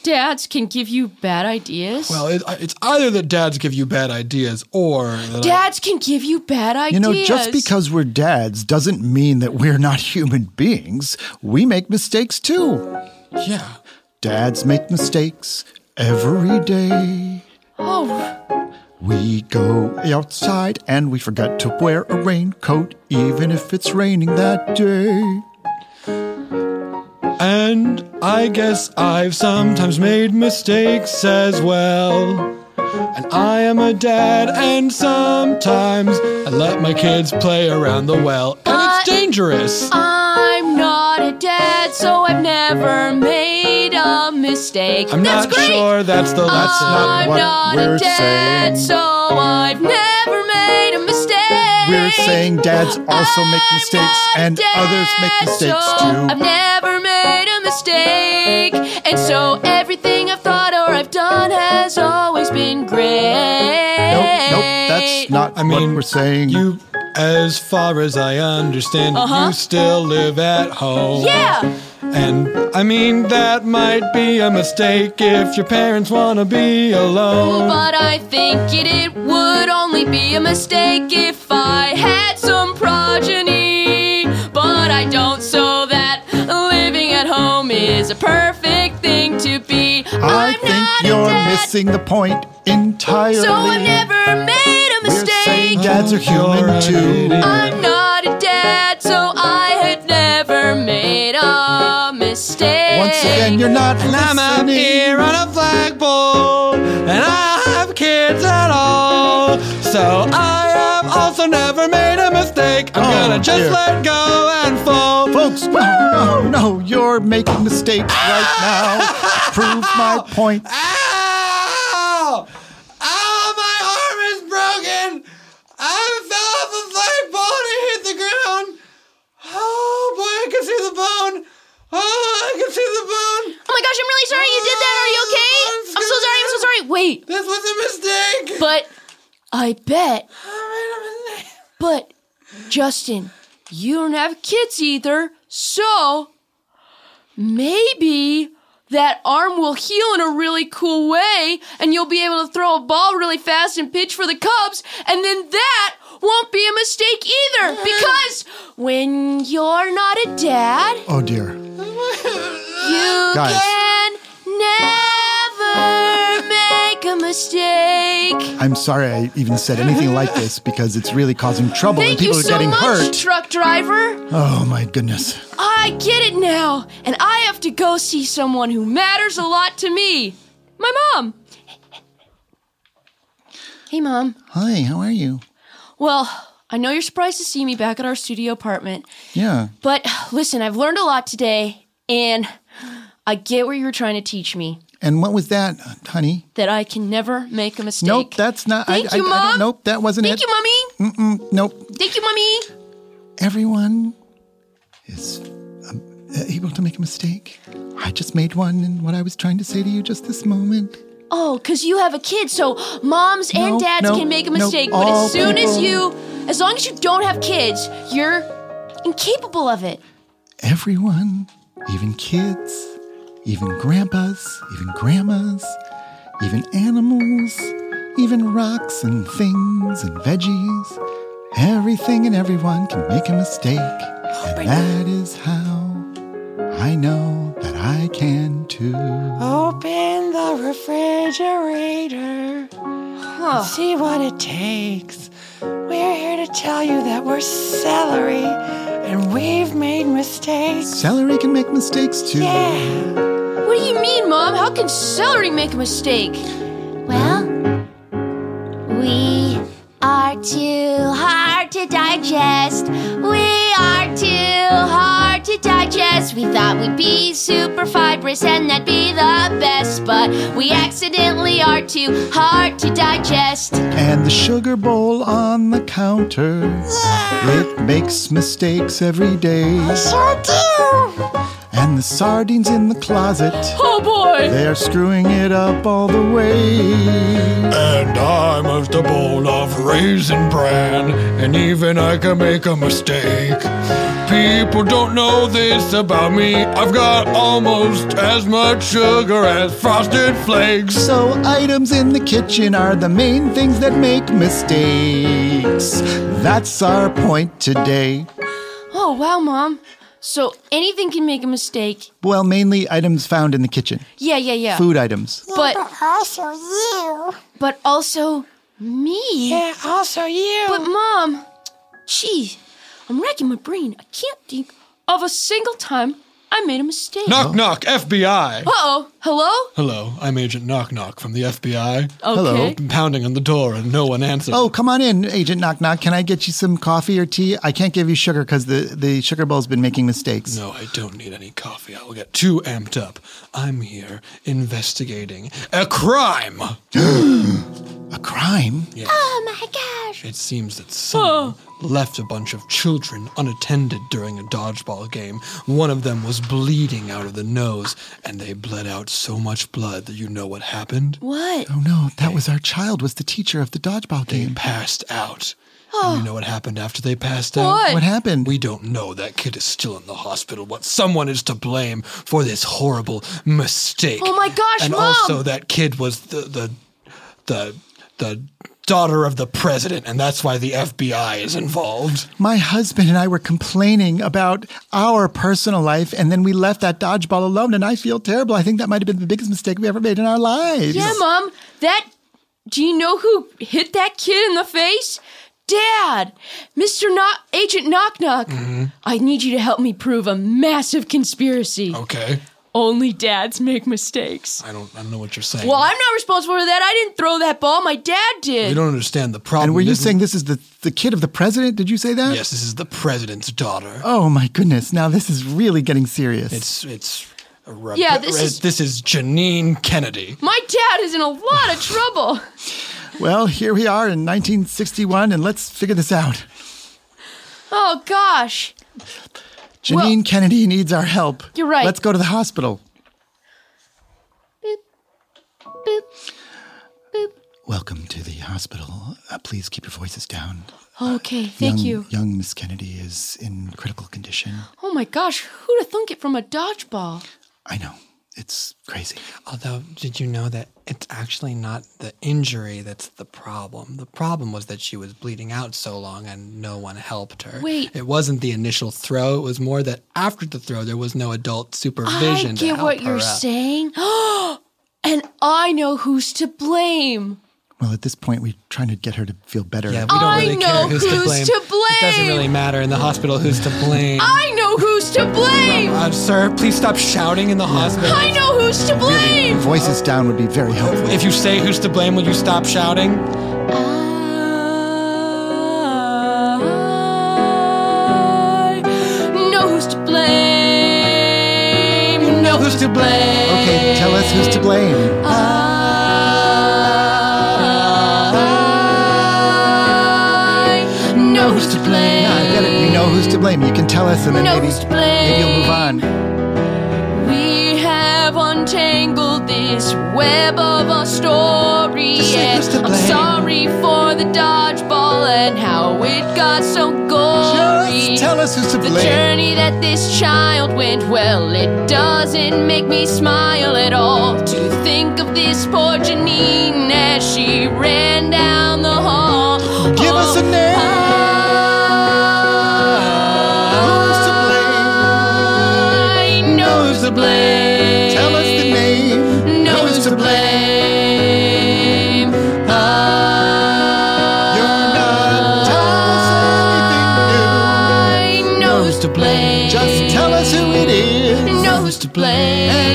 [SPEAKER 1] dads can give you bad ideas?
[SPEAKER 2] Well, it, it's either that dads give you bad ideas or that I-
[SPEAKER 1] dads can give you bad ideas.
[SPEAKER 5] You know, just because we're dads doesn't mean that we're not human beings. We make mistakes too.
[SPEAKER 2] yeah.
[SPEAKER 5] Dads make mistakes every day.
[SPEAKER 1] Oh,
[SPEAKER 5] We go outside and we forget to wear a raincoat, even if it's raining that day.
[SPEAKER 2] And I guess I've sometimes made mistakes as well. And I am a dad, and sometimes I let my kids play around the well. And
[SPEAKER 6] Uh,
[SPEAKER 2] it's dangerous.
[SPEAKER 6] I'm not a dad, so I've never made a mistake.
[SPEAKER 2] I'm
[SPEAKER 6] That's
[SPEAKER 2] not
[SPEAKER 6] great. Uh,
[SPEAKER 2] sure that's the lesson.
[SPEAKER 6] I'm
[SPEAKER 5] what
[SPEAKER 6] not
[SPEAKER 5] we're
[SPEAKER 6] a
[SPEAKER 5] saying.
[SPEAKER 6] dad, so I've never made a mistake.
[SPEAKER 5] We're saying dads also make
[SPEAKER 6] I'm
[SPEAKER 5] mistakes,
[SPEAKER 6] not a
[SPEAKER 5] and
[SPEAKER 6] dad,
[SPEAKER 5] others make mistakes
[SPEAKER 6] so I've
[SPEAKER 5] too.
[SPEAKER 6] never made a mistake, and so everything I've thought or I've done has always been great.
[SPEAKER 5] Nope, nope, that's not
[SPEAKER 2] I mean,
[SPEAKER 5] what we're saying.
[SPEAKER 2] You, as far as I understand, it, you still live at home.
[SPEAKER 6] Uh-huh. Yeah.
[SPEAKER 2] And I mean, that might be a mistake if your parents want to be alone.
[SPEAKER 6] But I think it, it would only be a mistake if I had some progeny. But I don't, so that living at home is a perfect thing to be.
[SPEAKER 5] I
[SPEAKER 6] I'm not
[SPEAKER 5] think
[SPEAKER 6] a
[SPEAKER 5] you're
[SPEAKER 6] dad,
[SPEAKER 5] missing the point entirely.
[SPEAKER 6] So I've never made a
[SPEAKER 5] we're saying
[SPEAKER 6] mistake.
[SPEAKER 5] dads are human
[SPEAKER 2] You're an
[SPEAKER 5] too.
[SPEAKER 2] idiot.
[SPEAKER 6] I'm not a dad, so I had never made a mistake.
[SPEAKER 5] Once again, you're not
[SPEAKER 2] And I'm up
[SPEAKER 5] listening.
[SPEAKER 2] here on a flagpole, and I don't have kids at all. So I have also never made a mistake. I'm
[SPEAKER 5] Oh,
[SPEAKER 2] gonna just
[SPEAKER 5] dear.
[SPEAKER 2] let go and fall.
[SPEAKER 5] Folks, no, no, no, you're making mistakes right now. Prove my point.
[SPEAKER 2] Ow! Ow, my arm is broken! I fell off a flagpole and I hit the ground! Oh boy, I can see the bone! Oh, I can see the bone!
[SPEAKER 6] Oh my gosh, I'm really sorry you did that. Are you okay? I'm so sorry, I'm so sorry. Wait,
[SPEAKER 2] This was a mistake!
[SPEAKER 6] but I bet,
[SPEAKER 2] I made a mistake.
[SPEAKER 6] but Justin, you don't have kids either, so maybe that arm will heal in a really cool way and you'll be able to throw a ball really fast and pitch for the Cubs, and then that won't be a mistake either because when you're not a dad,
[SPEAKER 5] Oh dear.
[SPEAKER 6] You
[SPEAKER 5] Guys.
[SPEAKER 6] can never make a mistake.
[SPEAKER 5] I'm sorry I even said anything like this because it's really causing trouble
[SPEAKER 6] Thank
[SPEAKER 5] and
[SPEAKER 6] you
[SPEAKER 5] people are
[SPEAKER 6] so
[SPEAKER 5] getting
[SPEAKER 6] much,
[SPEAKER 5] hurt.
[SPEAKER 6] truck driver.
[SPEAKER 5] Oh my goodness.
[SPEAKER 6] I get it now, and I have to go see someone who matters a lot to me. My mom. Hey, mom.
[SPEAKER 5] Hi, how are you?
[SPEAKER 6] Well, I know you're surprised to see me back at our studio apartment,
[SPEAKER 5] Yeah.
[SPEAKER 6] but listen, I've learned a lot today, and I get what you were trying to teach me
[SPEAKER 5] And what was that, honey?
[SPEAKER 6] that I can never make a mistake.
[SPEAKER 5] Nope, that's not.
[SPEAKER 6] Thank
[SPEAKER 5] I,
[SPEAKER 6] you,
[SPEAKER 5] I, I
[SPEAKER 6] Mom.
[SPEAKER 5] don't, nope, that wasn't
[SPEAKER 6] Thank
[SPEAKER 5] it.
[SPEAKER 6] you, mommy.
[SPEAKER 5] nope.
[SPEAKER 6] Thank you, mommy.
[SPEAKER 5] Everyone is um, able to make a mistake. I just made one, and what I was trying to say to you just this moment.
[SPEAKER 6] Oh, because you have a kid, so moms and
[SPEAKER 5] No,
[SPEAKER 6] dads
[SPEAKER 5] no,
[SPEAKER 6] can make a
[SPEAKER 5] no,
[SPEAKER 6] mistake. but
[SPEAKER 5] all
[SPEAKER 6] as soon as
[SPEAKER 5] people-
[SPEAKER 6] you, as long as you don't have kids, you're incapable of it.
[SPEAKER 5] Everyone, even kids, even grandpas, even grandmas, even animals, even rocks and things and veggies. Everything and everyone can make a mistake. And that is how I know that I can too.
[SPEAKER 8] Open the refrigerator. and See what it takes. We're here to tell you that we're celery and we've made mistakes.
[SPEAKER 5] Celery can make mistakes too.
[SPEAKER 8] Yeah.
[SPEAKER 6] What do you mean, mom? How can celery make a mistake?
[SPEAKER 9] Well, we are too hard to digest. We are too hard to digest. We thought we'd be super fibrous and that'd be the best, but we accidentally are too hard to digest.
[SPEAKER 5] And the sugar bowl on the counter. It makes mistakes every day.
[SPEAKER 8] Sure do.
[SPEAKER 5] And the sardines in the closet.
[SPEAKER 6] Oh boy!
[SPEAKER 5] They're screwing it up all the way.
[SPEAKER 2] And I must have bowl of raisin bran, and even I can make a mistake. People don't know this about me. I've got almost as much sugar as frosted flakes.
[SPEAKER 5] So, items in the kitchen are the main things that make mistakes. That's our point today.
[SPEAKER 6] Oh wow, mom. So anything can make a mistake.
[SPEAKER 5] Well, mainly items found in the kitchen,
[SPEAKER 6] Uh, Yeah, yeah, yeah.
[SPEAKER 5] food items.
[SPEAKER 6] But
[SPEAKER 8] Also you.
[SPEAKER 6] but also
[SPEAKER 10] Me?
[SPEAKER 11] Yeah, also you.
[SPEAKER 6] But mom,
[SPEAKER 10] Gee,
[SPEAKER 6] I'm racking my brain. I can't think of a single time I made a mistake.
[SPEAKER 2] Knock, knock, FBI.
[SPEAKER 6] Uh-oh. Hello?
[SPEAKER 2] Hello, I'm Agent Knock Knock from the FBI.
[SPEAKER 6] Okay.
[SPEAKER 5] Hello.
[SPEAKER 2] I'm pounding on the door and no one answers.
[SPEAKER 5] Oh, come on in, Agent Knock Knock. Can I get you some coffee or tea? I can't give you sugar because the, the sugar bowl's been making mistakes.
[SPEAKER 2] No, I don't need any coffee. I will get too amped up. I'm here investigating a crime.
[SPEAKER 5] A crime?
[SPEAKER 10] oh my gosh.
[SPEAKER 2] It seems that
[SPEAKER 6] Oh.
[SPEAKER 2] someone left a bunch of children unattended during a dodgeball game. One of them was bleeding out of the nose, and they bled out so much blood that you know what happened?
[SPEAKER 6] What?
[SPEAKER 5] Oh no, that was our child, was the teacher of the dodgeball
[SPEAKER 2] They
[SPEAKER 5] game.
[SPEAKER 2] passed out. And you know what happened after they passed out?
[SPEAKER 6] Oh. What?
[SPEAKER 5] What happened?
[SPEAKER 2] We don't know. That kid is still in the hospital, but someone is to blame for this horrible mistake.
[SPEAKER 6] Oh my gosh,
[SPEAKER 2] And
[SPEAKER 6] Mom!
[SPEAKER 2] also, that kid was the the the the daughter of the president, and that's why the FBI is involved.
[SPEAKER 5] My husband and I were complaining about our personal life, and then we left that dodgeball alone, and I feel terrible. I think that might have been the biggest mistake we ever made in our lives.
[SPEAKER 6] Yeah, mom. That. Do you know who hit that kid in the face? Dad, Mr. Knock, Agent Knock Knock. I need you to help me prove a massive conspiracy.
[SPEAKER 2] Okay,
[SPEAKER 6] Only dads make mistakes.
[SPEAKER 2] I don't I don't know what you're saying.
[SPEAKER 6] Well, I'm not responsible for that. I didn't throw that ball. My dad
[SPEAKER 2] You
[SPEAKER 6] did.
[SPEAKER 2] don't understand the problem.
[SPEAKER 5] And were you
[SPEAKER 2] isn't-
[SPEAKER 5] saying this is the, the kid of the president? Did you say that?
[SPEAKER 2] yes? This is the president's daughter.
[SPEAKER 5] Oh my goodness, now this is really getting serious.
[SPEAKER 2] It's it's. a rep-
[SPEAKER 6] Yeah, this is-
[SPEAKER 2] this is Janine Kennedy.
[SPEAKER 6] My dad is in a lot of trouble.
[SPEAKER 5] well, here we are in 1961, and let's figure this out.
[SPEAKER 6] Oh gosh.
[SPEAKER 5] Janine Kennedy needs our help.
[SPEAKER 6] You're right.
[SPEAKER 5] Let's go to the hospital.
[SPEAKER 10] Boop. Boop. Boop.
[SPEAKER 5] Welcome to the hospital. Uh, please keep your voices down.
[SPEAKER 6] Okay, thank
[SPEAKER 5] young,
[SPEAKER 6] you.
[SPEAKER 5] Young Miss Kennedy is in critical condition.
[SPEAKER 6] Oh my gosh, who'd have thunk it from a dodgeball?
[SPEAKER 5] I know. It's crazy.
[SPEAKER 12] Although, did you know that it's actually not the injury that's the problem? The problem was that she was bleeding out so long and no one helped her.
[SPEAKER 6] Wait.
[SPEAKER 12] It wasn't the initial throw, it was more that after the throw, there was no adult supervision.
[SPEAKER 6] I
[SPEAKER 12] to
[SPEAKER 6] get
[SPEAKER 12] help
[SPEAKER 6] what
[SPEAKER 12] her
[SPEAKER 6] you're
[SPEAKER 12] up.
[SPEAKER 6] saying. and I know who's to blame.
[SPEAKER 5] Well, at this point, we're trying to get her to feel better.
[SPEAKER 12] Yeah, we don't
[SPEAKER 6] I
[SPEAKER 12] really
[SPEAKER 6] know
[SPEAKER 12] care who's,
[SPEAKER 6] who's
[SPEAKER 12] to, blame.
[SPEAKER 6] to
[SPEAKER 12] It doesn't
[SPEAKER 6] blame.
[SPEAKER 12] really matter in the hospital who's to blame.
[SPEAKER 6] I know who's to blame.
[SPEAKER 12] Uh, sir, please stop shouting in the hospital.
[SPEAKER 6] I know who's to blame.
[SPEAKER 5] Voices down would be very helpful.
[SPEAKER 12] If you say who's to blame, will you stop shouting?
[SPEAKER 6] I know who's to blame. You know who's to blame.
[SPEAKER 5] Okay, tell us who's to blame.
[SPEAKER 6] I know who's to blame.
[SPEAKER 5] Yeah, I get it. You know who's to blame. You can tell us, and then
[SPEAKER 6] Know
[SPEAKER 5] maybe,
[SPEAKER 6] who's to blame.
[SPEAKER 5] maybe you'll move on.
[SPEAKER 6] We have untangled this web of our story.
[SPEAKER 12] Just say
[SPEAKER 6] and
[SPEAKER 12] who's to
[SPEAKER 6] I'm
[SPEAKER 12] blame.
[SPEAKER 6] sorry for the dodgeball and how it got so gory.
[SPEAKER 5] Just tell us who's to
[SPEAKER 6] the
[SPEAKER 5] blame.
[SPEAKER 6] journey that this child went, well, it doesn't make me smile at all to think of this poor Janine as she ran down the hall.
[SPEAKER 5] Give us a name. Who's to blame?
[SPEAKER 6] I know who's to blame.
[SPEAKER 5] Tell us the name.
[SPEAKER 6] Know who's to blame. I
[SPEAKER 5] You're not telling us anything
[SPEAKER 6] know who's to blame.
[SPEAKER 5] new. Just tell us who it is.
[SPEAKER 6] Know who's to blame.
[SPEAKER 5] And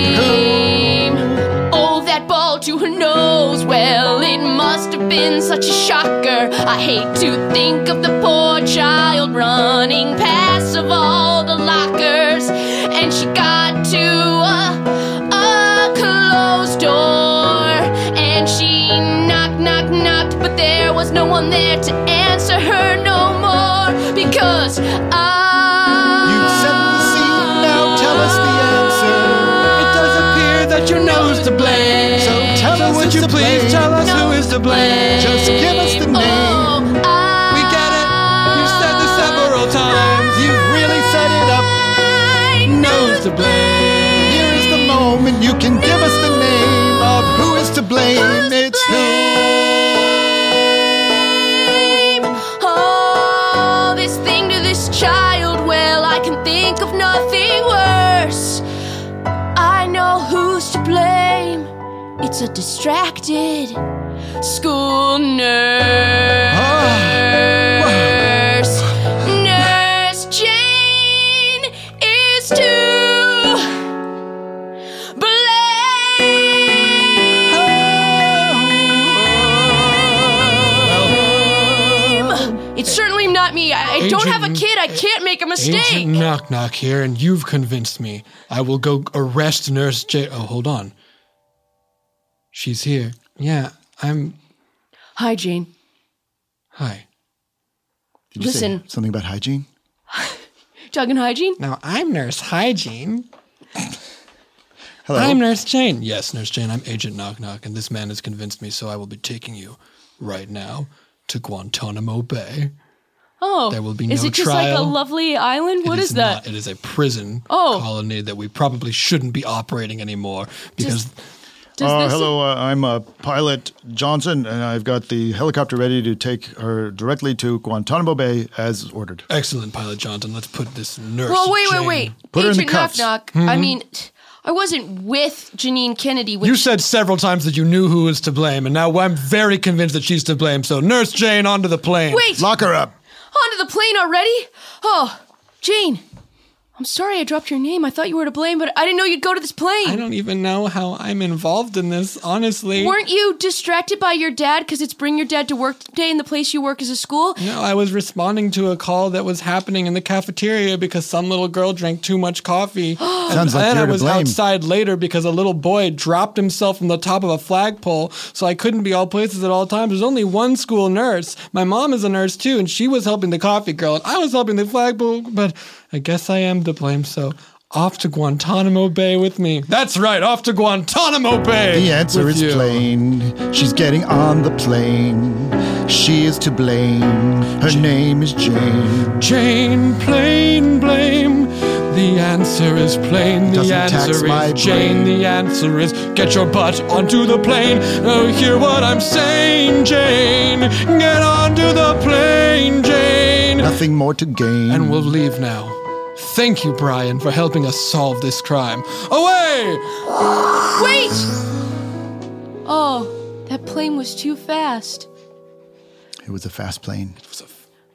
[SPEAKER 6] Oh, that ball to her nose. Well, it must have been such a shocker. I hate to think of the poor child running past of all the lockers. And she got to a, a closed door. And she knocked, knocked, knocked. But there was no one there to answer her no more. Because I.
[SPEAKER 5] You've set the scene. Now tell us the answer.
[SPEAKER 12] It does
[SPEAKER 6] Uh,
[SPEAKER 12] appear that you know who's to blame.
[SPEAKER 5] So tell us
[SPEAKER 12] Would
[SPEAKER 5] who's
[SPEAKER 12] you
[SPEAKER 5] to
[SPEAKER 12] please
[SPEAKER 5] blame.
[SPEAKER 12] tell us who is to blame?
[SPEAKER 5] Just give us the name.
[SPEAKER 6] Oh, I
[SPEAKER 12] We get it. You've said this several times.
[SPEAKER 5] You really set it up.
[SPEAKER 12] Knows to blame.
[SPEAKER 5] Here is the moment you can give us the name of who is to blame. It's who.
[SPEAKER 6] blame all this thing to this child. Well, I can think of nothing worse. I know who's to blame. It's a distracted school nurse.
[SPEAKER 5] Ah.
[SPEAKER 6] Nurse Jane is to blame. It's certainly not me. I, I don't have a
[SPEAKER 2] Agent-
[SPEAKER 6] kid. I can't make a mistake.
[SPEAKER 2] Agent Knock Knock here, and you've convinced me. I will go arrest Nurse J. Oh, hold on. She's here. Yeah, I'm.
[SPEAKER 6] Hi, Jane.
[SPEAKER 2] Hi.
[SPEAKER 5] Did you say
[SPEAKER 6] Listen.
[SPEAKER 5] something about hygiene?
[SPEAKER 6] Talking hygiene?
[SPEAKER 2] Now I'm Nurse Hygiene.
[SPEAKER 5] Hello.
[SPEAKER 2] I'm Nurse Jane. Yes, Nurse Jane. I'm Agent Knock Knock, and this man has convinced me. So I will be taking you right now to Guantanamo Bay.
[SPEAKER 6] Oh,
[SPEAKER 2] There will be
[SPEAKER 6] is
[SPEAKER 2] no
[SPEAKER 6] it just like a
[SPEAKER 2] trial.
[SPEAKER 6] lovely island? What
[SPEAKER 2] It
[SPEAKER 6] is that?
[SPEAKER 2] not- it is a prison
[SPEAKER 6] Oh.
[SPEAKER 2] colony that we probably shouldn't be operating anymore because
[SPEAKER 6] Does
[SPEAKER 5] Uh,
[SPEAKER 6] this-
[SPEAKER 5] hello, uh, I'm uh, Pilot Johnson, and I've got the helicopter ready to take her directly to Guantanamo Bay as ordered.
[SPEAKER 2] excellent pilot Johnson. Let's put this nurse.
[SPEAKER 6] Well, wait,
[SPEAKER 2] Jane-
[SPEAKER 6] wait, wait.
[SPEAKER 5] Put her in
[SPEAKER 6] Agent
[SPEAKER 5] the cuffs. Hmm?
[SPEAKER 6] Knock Knock. I mean, I wasn't with Janine Kennedy. When
[SPEAKER 2] You said several times that you knew who was to blame, and now I'm very convinced that she's to blame. So, Nurse Jane, onto the plane.
[SPEAKER 6] Wait,
[SPEAKER 5] Lock her up.
[SPEAKER 6] onto the plane already? Oh, Jane. I'm sorry I dropped your name. I thought you were to blame, but I didn't know you'd go to this
[SPEAKER 2] I
[SPEAKER 6] plane.
[SPEAKER 2] don't even know how I'm involved in this, honestly.
[SPEAKER 6] Weren't you distracted by your dad because it's bring your dad to work day and the place you work is a school?
[SPEAKER 2] no, I was responding to a call that was happening in the cafeteria because some little girl drank too much coffee. and
[SPEAKER 5] Sounds like
[SPEAKER 2] then
[SPEAKER 5] you're
[SPEAKER 2] I
[SPEAKER 5] to
[SPEAKER 2] was
[SPEAKER 5] blame.
[SPEAKER 2] outside later because a little boy dropped himself from the top of a flagpole, so I couldn't be all places at all times. There's only one school nurse. My mom is a nurse too, and she was helping the coffee girl, and I was helping the flagpole, but I guess I am to blame, so off to Guantanamo Bay with me. That's right, off to Guantanamo Bay.
[SPEAKER 5] The answer
[SPEAKER 2] with
[SPEAKER 5] is
[SPEAKER 2] you.
[SPEAKER 5] plain. She's getting on the plane. She is to blame. Her name is Jane.
[SPEAKER 2] Jane, plain blame. The answer is plain. The
[SPEAKER 5] Doesn't tax
[SPEAKER 2] answer
[SPEAKER 5] my
[SPEAKER 2] is Jane.
[SPEAKER 5] brain.
[SPEAKER 2] The answer is get your butt onto the plane. Oh, hear what I'm saying, Jane. Get onto the plane, Jane.
[SPEAKER 5] Nothing more to gain.
[SPEAKER 2] And we'll leave now. Thank you, Brian, for helping us solve this crime. Away!
[SPEAKER 6] Wait! Oh, that plane was too fast.
[SPEAKER 5] it was a fast plane.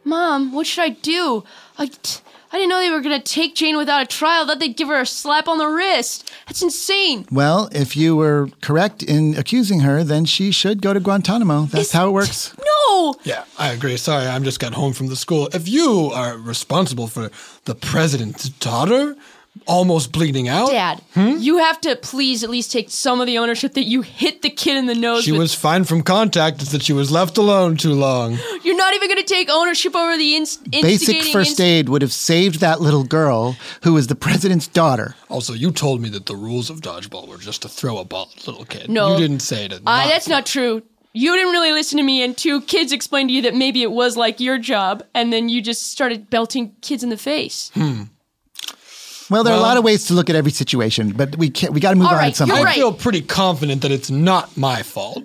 [SPEAKER 6] Mom, what should I do? I, t- I didn't know they were going to take Jane without a trial. That they'd give her a slap on the wrist. That's insane.
[SPEAKER 5] Well, if you were correct in accusing her, then she should go to Guantanamo. That's
[SPEAKER 6] Is-
[SPEAKER 5] how it works.
[SPEAKER 6] No!
[SPEAKER 2] Yeah, I agree. Sorry, I'm just got home from the school. If you are responsible for the president's daughter almost bleeding out,
[SPEAKER 6] Dad,
[SPEAKER 2] Hmm?
[SPEAKER 6] you have to please at least take some of the ownership that you hit the kid in the nose
[SPEAKER 2] She
[SPEAKER 6] with.
[SPEAKER 2] was fine from contact. It's that she was left alone too long.
[SPEAKER 6] You're not even going to take ownership over the inst-
[SPEAKER 5] Basic
[SPEAKER 6] instigating
[SPEAKER 5] first
[SPEAKER 6] inst-
[SPEAKER 5] aid would have saved that little girl who is the president's daughter.
[SPEAKER 2] Also, you told me that the rules of dodgeball were just to throw a ball at little kid.
[SPEAKER 6] No.
[SPEAKER 2] you didn't say to.
[SPEAKER 6] Uh, that's not true. You didn't really listen to me, and two kids explained to you that maybe it was like your job, and then you just started belting kids in the face.
[SPEAKER 5] Hmm. Well, there are a lot of ways to look at every situation, but we can't. We got to move
[SPEAKER 6] All
[SPEAKER 5] on
[SPEAKER 6] right,
[SPEAKER 5] somehow.
[SPEAKER 2] I
[SPEAKER 6] You're right.
[SPEAKER 2] feel pretty confident that it's not my fault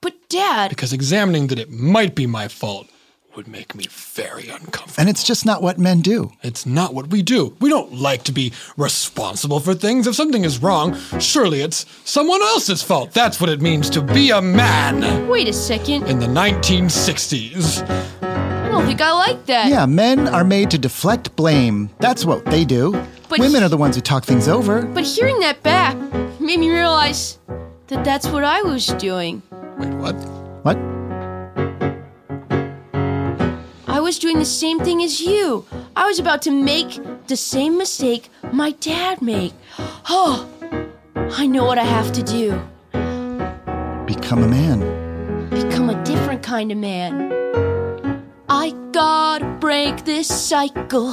[SPEAKER 6] But, Dad,
[SPEAKER 2] because examining that it might be my fault would make me very uncomfortable.
[SPEAKER 5] And it's just not what men do.
[SPEAKER 2] It's not what we do. We don't like to be responsible for things. If something is wrong, surely it's someone else's fault. That's what it means to be a man
[SPEAKER 6] wait a second.
[SPEAKER 2] in the 1960s.
[SPEAKER 6] I don't think I like that.
[SPEAKER 5] Yeah, men are made to deflect blame. That's what they do.
[SPEAKER 6] But
[SPEAKER 5] Women
[SPEAKER 6] he-
[SPEAKER 5] are the ones who talk things over.
[SPEAKER 6] But hearing that back made me realize that that's what I was doing.
[SPEAKER 2] Wait, what?
[SPEAKER 5] What?
[SPEAKER 6] I was doing the same thing as you. I was about to make the same mistake my dad made. Oh, I know what I have to do.
[SPEAKER 5] Become a man.
[SPEAKER 6] Become a different kind of man. I gotta break this cycle.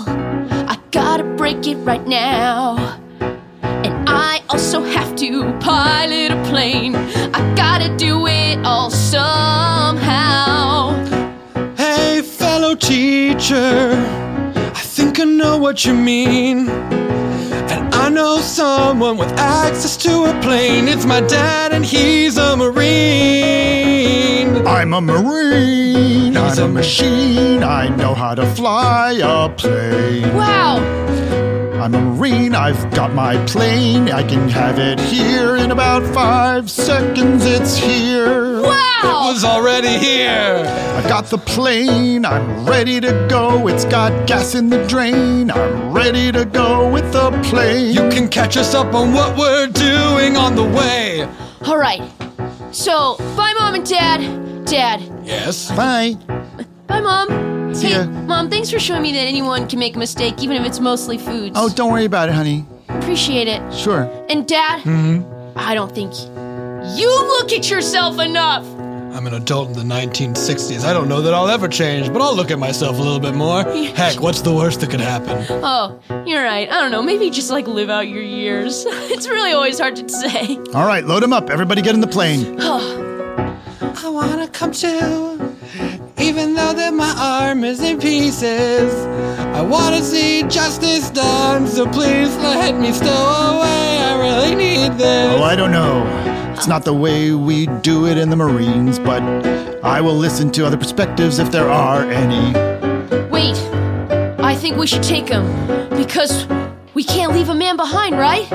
[SPEAKER 6] I gotta break it right now. And I also have to pilot a plane. I gotta do it all somehow.
[SPEAKER 2] Hey, fellow teacher, I think I know what you mean. And I know someone with access to a plane. It's my dad, and he's a Marine.
[SPEAKER 5] I'm a marine.
[SPEAKER 2] He's
[SPEAKER 5] I'm a
[SPEAKER 2] a-
[SPEAKER 5] machine. I know how to fly a plane.
[SPEAKER 6] Wow!
[SPEAKER 5] I'm a Marine, I've got my plane. I can have it here in about five seconds. It's here.
[SPEAKER 6] Wow!
[SPEAKER 2] was already here.
[SPEAKER 5] I've got the plane, I'm ready to go. It's got gas in the drain. I'm ready to go with the plane.
[SPEAKER 2] You can catch us up on what we're doing on the way.
[SPEAKER 6] All right. So, bye, mom and dad. Dad.
[SPEAKER 2] Yes.
[SPEAKER 5] Bye.
[SPEAKER 6] Bye, mom.
[SPEAKER 5] See
[SPEAKER 6] hey,
[SPEAKER 5] ya.
[SPEAKER 6] mom. Thanks for showing me that anyone can make a mistake, even if it's mostly foods.
[SPEAKER 5] Oh, don't worry about it, honey.
[SPEAKER 6] appreciate it.
[SPEAKER 5] Sure.
[SPEAKER 6] And dad, I don't think you look at yourself enough.
[SPEAKER 2] I'm an adult in the 1960s. I don't know that I'll ever change, but I'll look at myself a little bit more. Heck, what's the worst that could happen?
[SPEAKER 6] Oh, you're right. I don't know. Maybe just like live out your years. it's really always hard to say.
[SPEAKER 5] All right, load him up. Everybody get in the plane.
[SPEAKER 2] I wanna come to, even though that my arm is in pieces. I wanna see justice done, so please let me stow away. I really need this.
[SPEAKER 5] Oh, I don't know. It's not the way we do it in the Marines, but I will listen to other perspectives if there are any.
[SPEAKER 6] Wait, I think we should take him because we can't leave a man behind, right?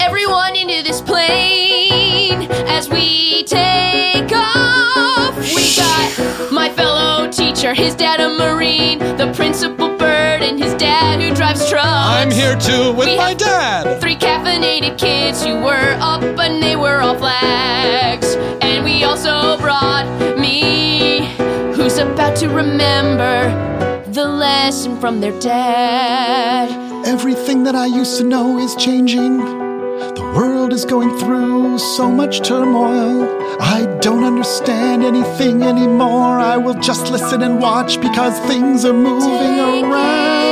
[SPEAKER 6] Everyone into this plane as we take off. We got my fellow teacher, his dad a marine, the principal bird, and his dad who drives trucks.
[SPEAKER 2] I'm here too with
[SPEAKER 6] We
[SPEAKER 2] my
[SPEAKER 6] have-
[SPEAKER 2] dad.
[SPEAKER 6] Three caffeinated kids who were up and they were all flags. And we also brought me, who's about to remember the lesson from their dad.
[SPEAKER 5] Everything that I used to know is changing. The world is going through so much turmoil. I don't understand anything anymore. I will just listen and watch because things are moving around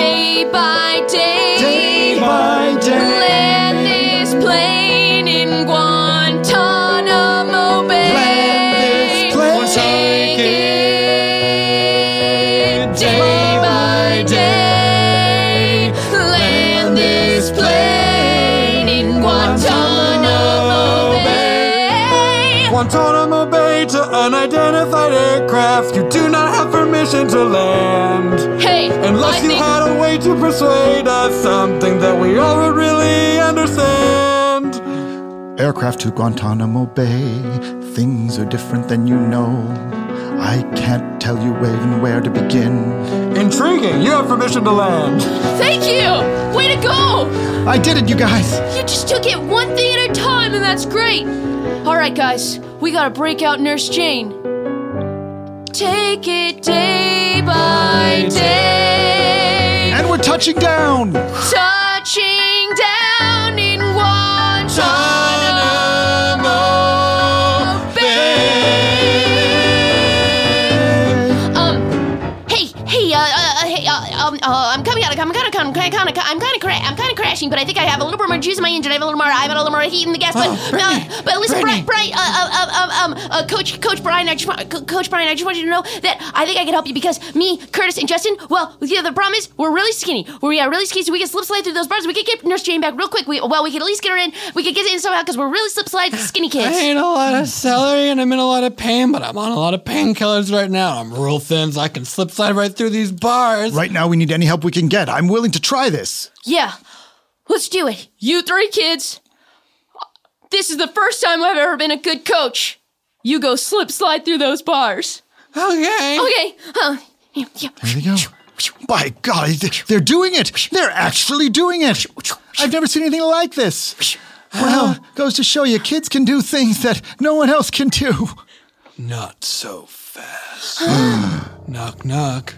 [SPEAKER 6] Day by day,
[SPEAKER 5] day by
[SPEAKER 6] land
[SPEAKER 5] day.
[SPEAKER 6] this plane in Guantanamo Bay.
[SPEAKER 5] Land this plane.
[SPEAKER 6] Take it day by day. Land this plane in Guantanamo Bay.
[SPEAKER 2] Guantanamo Bay to unidentified aircraft. You do not have permission to land.
[SPEAKER 6] Hey, I
[SPEAKER 2] Unless you
[SPEAKER 6] think-
[SPEAKER 2] had a way to persuade us something that we all would really understand.
[SPEAKER 5] Aircraft to Guantanamo Bay. Things are different than you know. I can't tell you even where to begin.
[SPEAKER 2] Intriguing. You have permission to land.
[SPEAKER 6] Thank you. Way to go.
[SPEAKER 5] I did it, you guys!
[SPEAKER 6] You just took it one thing at a time, and that's great. All right, guys, we gotta break out Nurse Jane. Take it day by day,
[SPEAKER 5] And we're touching down!
[SPEAKER 6] touching down in Guantanamo Bay. Um, hey, hey, uh, uh, hey, uh, um, uh, I'm coming out. I'm kind of, I'm kind of, I'm kind of, I'm kind of, cra- I'm kind of crashing, but I think I have a little bit more juice in my engine. I have a little more, I have a little more heat in the gas. But, uh, but listen, Brian, Brian, uh, uh, um, um, uh, Coach, Coach Brian, I just, want- Co- Coach Brian, I just want you to know that I think I can help you because me, Curtis, and Justin. Well, the other problem is we're really skinny. We are really skinny, so we can slip slide through those bars. We could get Nurse Jane back real quick. We, well, we could at least get her in. We could get in somehow because we're really slip slide skinny kids.
[SPEAKER 2] I ate a lot of celery and I'm in a lot of pain, but I'm on a lot of painkillers right now. I'm real thin, so I can slip slide right through these bars.
[SPEAKER 5] Right now, we need any help we can get. I'm willing to try this.
[SPEAKER 6] Yeah, let's do it. You three kids. This is the first time I've ever been a good coach. You go slip slide through those bars.
[SPEAKER 2] Okay.
[SPEAKER 6] Okay. Huh. Yeah, yeah.
[SPEAKER 5] There they go. By God, th- they're doing it. They're actually doing it. I've never seen anything like this. Well, goes to show you, kids can do things that no one else can do.
[SPEAKER 2] Not so fast. knock, knock.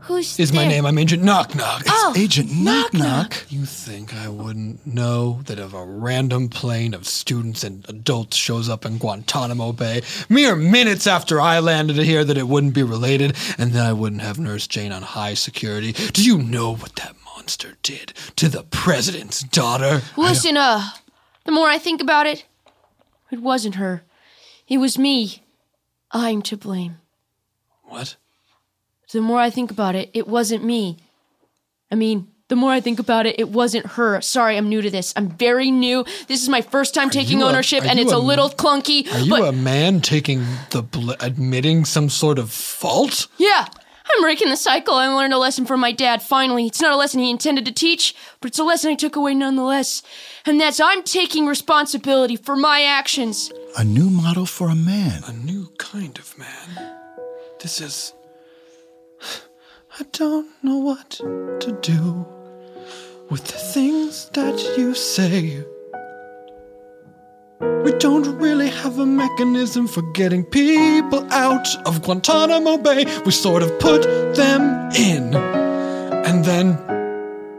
[SPEAKER 6] Who's
[SPEAKER 2] Is my
[SPEAKER 6] there?
[SPEAKER 2] name I'm Agent Knock Knock.
[SPEAKER 5] Oh. Agent Knock Knock.
[SPEAKER 2] You think I wouldn't know that if a random plane of students and adults shows up in Guantanamo Bay, mere minutes after I landed here, that it wouldn't be related, and then I wouldn't have Nurse Jane on high security? Do you know what that monster did to the president's daughter?
[SPEAKER 6] Listen, uh, the more I think about it, it wasn't her. It was me. I'm to blame.
[SPEAKER 2] What?
[SPEAKER 6] The more I think about it, it wasn't me. I mean, the more I think about it, it wasn't her. Sorry, I'm new to this. I'm very new. This is my first time taking
[SPEAKER 2] you a-
[SPEAKER 6] ownership,
[SPEAKER 2] are
[SPEAKER 6] and
[SPEAKER 2] you
[SPEAKER 6] it's a,
[SPEAKER 2] a-
[SPEAKER 6] little clunky.
[SPEAKER 2] Are you
[SPEAKER 6] but
[SPEAKER 2] a man taking the bl- admitting some sort of fault?
[SPEAKER 6] Yeah. I
[SPEAKER 1] I'm breaking the cycle. I learned a lesson from my dad, finally. It's not a lesson he intended to teach, but it's a lesson I took away nonetheless. And that's I'm taking responsibility for my actions.
[SPEAKER 5] A new model for a man.
[SPEAKER 13] A new kind of man. This is. I don't know what to do with the things that you say. We don't really have a mechanism for getting people out of Guantanamo Bay. We sort of put them in and then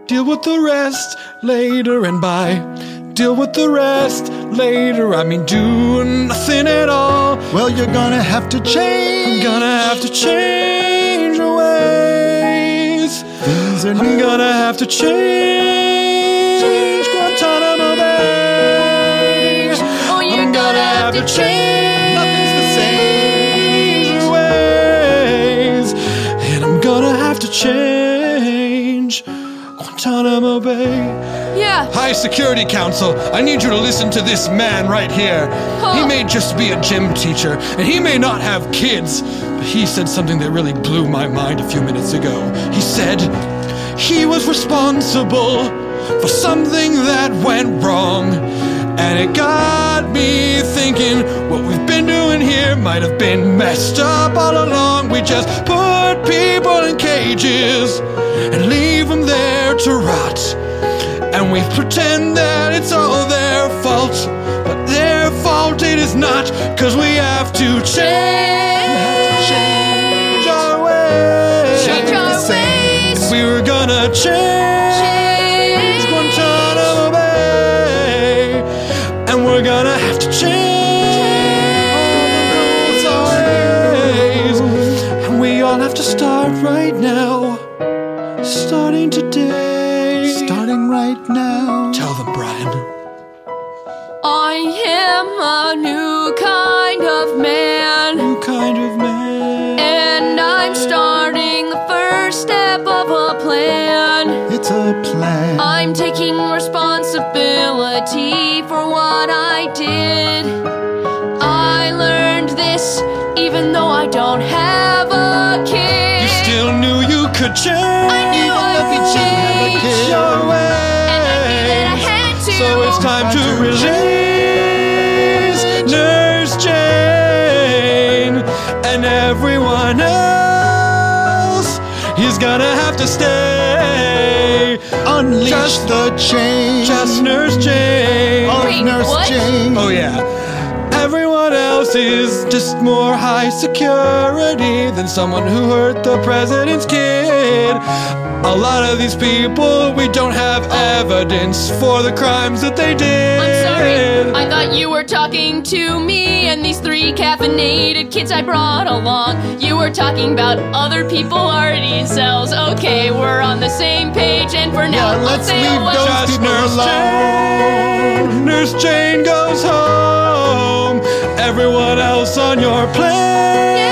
[SPEAKER 13] deal with the rest later and by. Deal with the rest later. I mean, do nothing at all.
[SPEAKER 5] Well, you're gonna have to
[SPEAKER 13] I'm
[SPEAKER 5] change.
[SPEAKER 13] gonna have to change your ways.
[SPEAKER 5] Things are
[SPEAKER 13] I'm
[SPEAKER 5] new.
[SPEAKER 13] gonna have to change Guantanamo Bay.
[SPEAKER 1] Oh, you're
[SPEAKER 13] I'm
[SPEAKER 1] gonna have to
[SPEAKER 13] change. Nothing's the same your ways, and I'm gonna have to change Guantanamo Bay.
[SPEAKER 1] Yeah.
[SPEAKER 2] High Security Council, I need you to listen to this man right here. He may just be a gym teacher, and he may not have kids, but he said something that really blew my mind a few minutes ago. He said he was responsible for something that went wrong, and it got me thinking what we've been doing here might have been messed up all along. We just put people in cages and leave them there to rot. And we pretend that it's all their fault. But their fault it is not, cause we have to change. Change our ways.
[SPEAKER 1] Change our
[SPEAKER 2] If we were gonna change Guantanamo Bay. And we're gonna have to change all the rules, our ways. And we all have to start right now. Starting today.
[SPEAKER 5] Starting right now.
[SPEAKER 2] Tell them, Brian.
[SPEAKER 1] I am a new kind of man,
[SPEAKER 13] New kind of man.
[SPEAKER 1] and I'm starting the first step of a plan.
[SPEAKER 5] It's a plan.
[SPEAKER 1] I'm taking responsibility for what I did. I learned this even though I don't have a kid.
[SPEAKER 2] You still knew you could change.
[SPEAKER 1] I
[SPEAKER 2] Oh,
[SPEAKER 1] knew I could change.
[SPEAKER 2] your way.
[SPEAKER 1] And I knew that I had to.
[SPEAKER 2] So it's time to release Nurse Jane and everyone else. He's gonna have to stay.
[SPEAKER 5] Unleash
[SPEAKER 2] Just-
[SPEAKER 5] the change.
[SPEAKER 2] Just Nurse Jane.
[SPEAKER 5] of
[SPEAKER 1] Wait,
[SPEAKER 5] Nurse
[SPEAKER 1] what?
[SPEAKER 5] Jane.
[SPEAKER 2] Oh yeah. Everyone else is just more high security than someone who hurt the president's kid. A lot of these people, we don't have evidence for the crimes that they did.
[SPEAKER 1] I'm sorry. I thought you were talking to me and these three caffeinated kids I brought along. You were talking about other people already in cells. Okay, we're on the same page, and for now,
[SPEAKER 5] Yeah,
[SPEAKER 1] I'll
[SPEAKER 5] let's
[SPEAKER 1] say
[SPEAKER 5] leave
[SPEAKER 1] a
[SPEAKER 5] those
[SPEAKER 1] well-
[SPEAKER 2] Just
[SPEAKER 5] people
[SPEAKER 2] Nurse
[SPEAKER 5] alone.
[SPEAKER 2] Jane. Nurse Jane goes home. Everyone else on your plan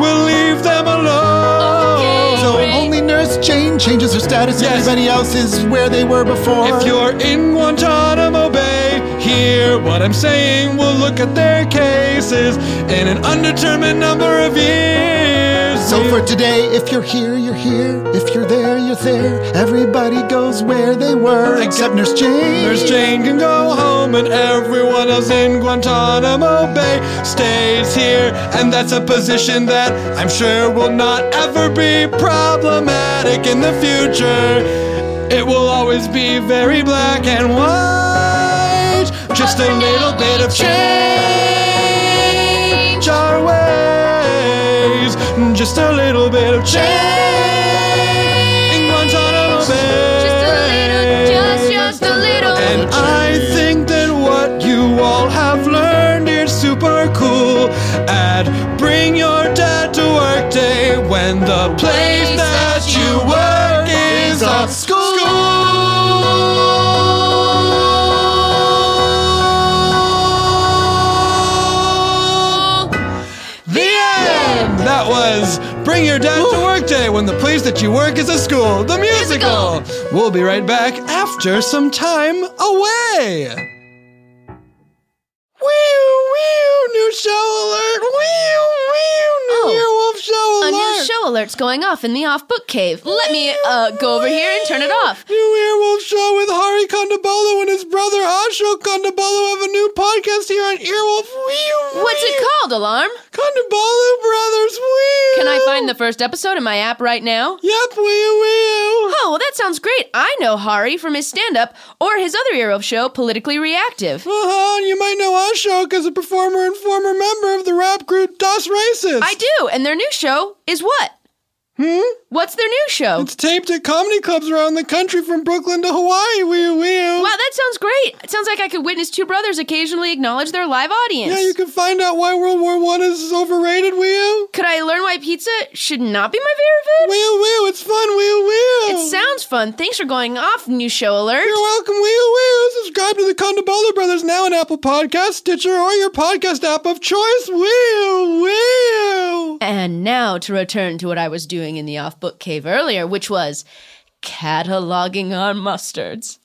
[SPEAKER 2] will leave them
[SPEAKER 1] Oh,
[SPEAKER 2] alone.
[SPEAKER 1] Okay,
[SPEAKER 5] So
[SPEAKER 1] great.
[SPEAKER 5] only Nurse Jane changes her status.
[SPEAKER 2] Yes.
[SPEAKER 5] Everybody else is where they were before.
[SPEAKER 2] If you're in Guantanamo Bay, hear what I'm saying. We'll look at their cases in an undetermined number of years.
[SPEAKER 5] so
[SPEAKER 2] We-
[SPEAKER 5] for today, if you're here, you're here. If you're there, you're there. Everybody goes where they were, except Nurse Jane.
[SPEAKER 2] Nurse Jane can go home, and everyone else in Guantanamo Bay stays here. And that's a position that I'm sure will not ever be problematic in the future. It will always be very black and white. Just a little bit of change our ways. Just a little bit of change in Guantanamo Bay.
[SPEAKER 1] Just a little, just, just a little.
[SPEAKER 2] And I think that what you all have learned is super cool. At Bring Your Dad to Work Day when the place that you work is a school. The end! That was Bring Your Dad to Work Day when the place that you work is a school, the musical! We'll be right back after some time away! Wee wee, new show alert! Wee wee, new
[SPEAKER 1] Oh,
[SPEAKER 2] earwolf show
[SPEAKER 1] a
[SPEAKER 6] Oh,
[SPEAKER 2] alert!
[SPEAKER 1] new show alert.
[SPEAKER 6] alert's going off in the off book cave. Let me uh, go over here and turn it off.
[SPEAKER 2] New Earwolf Show with Hari Kondabolu and his brother Asho Kondabolu have a new podcast here on Earwolf. Wee-
[SPEAKER 6] What's
[SPEAKER 2] wee-
[SPEAKER 6] it called, Alarm?
[SPEAKER 2] Kondabolu Brothers. Wee-
[SPEAKER 6] Can I find the first episode in my app right now?
[SPEAKER 2] Yep, wee wee.
[SPEAKER 6] Oh, well, that sounds great. I know Hari from his stand up or his other Earwolf show, Politically Reactive.
[SPEAKER 2] Uh-huh, and you might know Ashok as a performer and former member of the rap group Das Racist.
[SPEAKER 6] I do, and their new show is what?
[SPEAKER 2] Hmm?
[SPEAKER 6] What's their new show?
[SPEAKER 2] It's taped at comedy clubs around the country from Brooklyn to Hawaii. Wee wee.
[SPEAKER 6] Wow, that sounds great. It sounds like I could witness two brothers occasionally acknowledge their live audience.
[SPEAKER 2] Yeah, you can find out why World War One is overrated. Wee wee.
[SPEAKER 6] Could I learn why pizza should not be my favorite food?
[SPEAKER 2] Wee wee. It's fun. Wee wee.
[SPEAKER 6] It sounds fun. Thanks for going off, new show alert.
[SPEAKER 2] You're welcome. Wee wee. Subscribe to the Condabolo Brothers now on Apple Podcasts, Stitcher, or your podcast app of choice. Wee wee.
[SPEAKER 6] And now to return to what I was doing in the off book cave earlier, which was cataloging our mustards.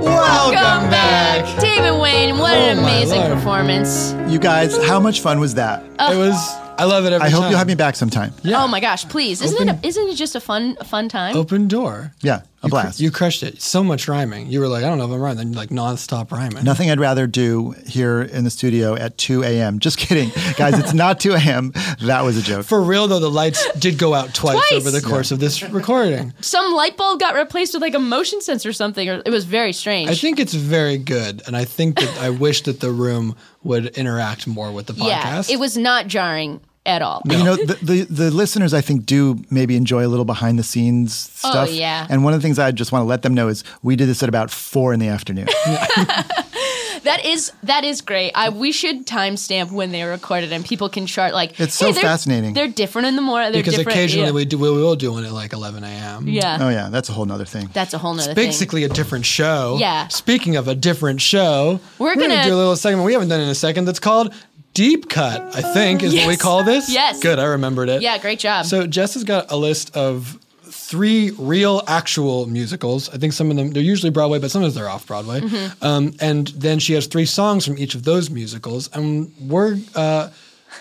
[SPEAKER 5] Welcome
[SPEAKER 6] David Wayne, what an
[SPEAKER 2] Oh, my
[SPEAKER 6] amazing
[SPEAKER 2] Lord.
[SPEAKER 6] performance.
[SPEAKER 5] You guys, how much fun was that?
[SPEAKER 2] It was. I love it every
[SPEAKER 5] I hope
[SPEAKER 2] time.
[SPEAKER 5] you'll have me back sometime.
[SPEAKER 2] Yeah.
[SPEAKER 6] Oh my gosh, please. Isn't it a, isn't it just a fun a fun time?
[SPEAKER 2] Open door.
[SPEAKER 5] Yeah, a blast.
[SPEAKER 2] You crushed it. So much rhyming. You were like, I don't know if I'm rhyming. Then you like nonstop rhyming.
[SPEAKER 5] Nothing I'd rather do here in the studio at 2 a.m. Just kidding. Guys, it's not 2 a.m. That was a joke.
[SPEAKER 2] For real though, the lights did go out twice,
[SPEAKER 6] Twice!
[SPEAKER 2] over the course of this recording.
[SPEAKER 6] Some light bulb got replaced with like a motion sensor or something or it was very strange.
[SPEAKER 2] I think it's very good, and I think that I wish that the room would interact more with the
[SPEAKER 6] yeah,
[SPEAKER 2] podcast.
[SPEAKER 6] it was not jarring at all.
[SPEAKER 5] You know, the, the, the listeners, I think, do maybe enjoy a little behind the scenes stuff.
[SPEAKER 6] yeah.
[SPEAKER 5] And one of the things I just want to let them know is we did this at about four in the afternoon.
[SPEAKER 6] That is that is great. I we should timestamp when they were recorded and people can chart like
[SPEAKER 5] It's so
[SPEAKER 6] hey, they're-
[SPEAKER 5] fascinating.
[SPEAKER 6] They're different in the morning. They're
[SPEAKER 2] because
[SPEAKER 6] different,
[SPEAKER 2] occasionally
[SPEAKER 6] yeah.
[SPEAKER 2] we do we will do one at like 11 a.m.
[SPEAKER 6] yeah.
[SPEAKER 5] oh, yeah. That's a whole nother thing.
[SPEAKER 6] That's a whole nother thing.
[SPEAKER 2] Basically, a different show.
[SPEAKER 6] Yeah.
[SPEAKER 2] Speaking of a different show,
[SPEAKER 6] We're gonna-
[SPEAKER 2] do a little segment we haven't done in a second that's called Deep Cut, I think, is what we
[SPEAKER 6] Yes.
[SPEAKER 2] call this.
[SPEAKER 6] Yes.
[SPEAKER 2] Good, I remembered it.
[SPEAKER 6] Yeah, great job.
[SPEAKER 2] So Jess has got a list of three real actual musicals. I think some of them they're usually Broadway, but sometimes they're off Broadway.
[SPEAKER 6] Mm-hmm.
[SPEAKER 2] Um, and then she has three songs from each of those musicals, and we're uh,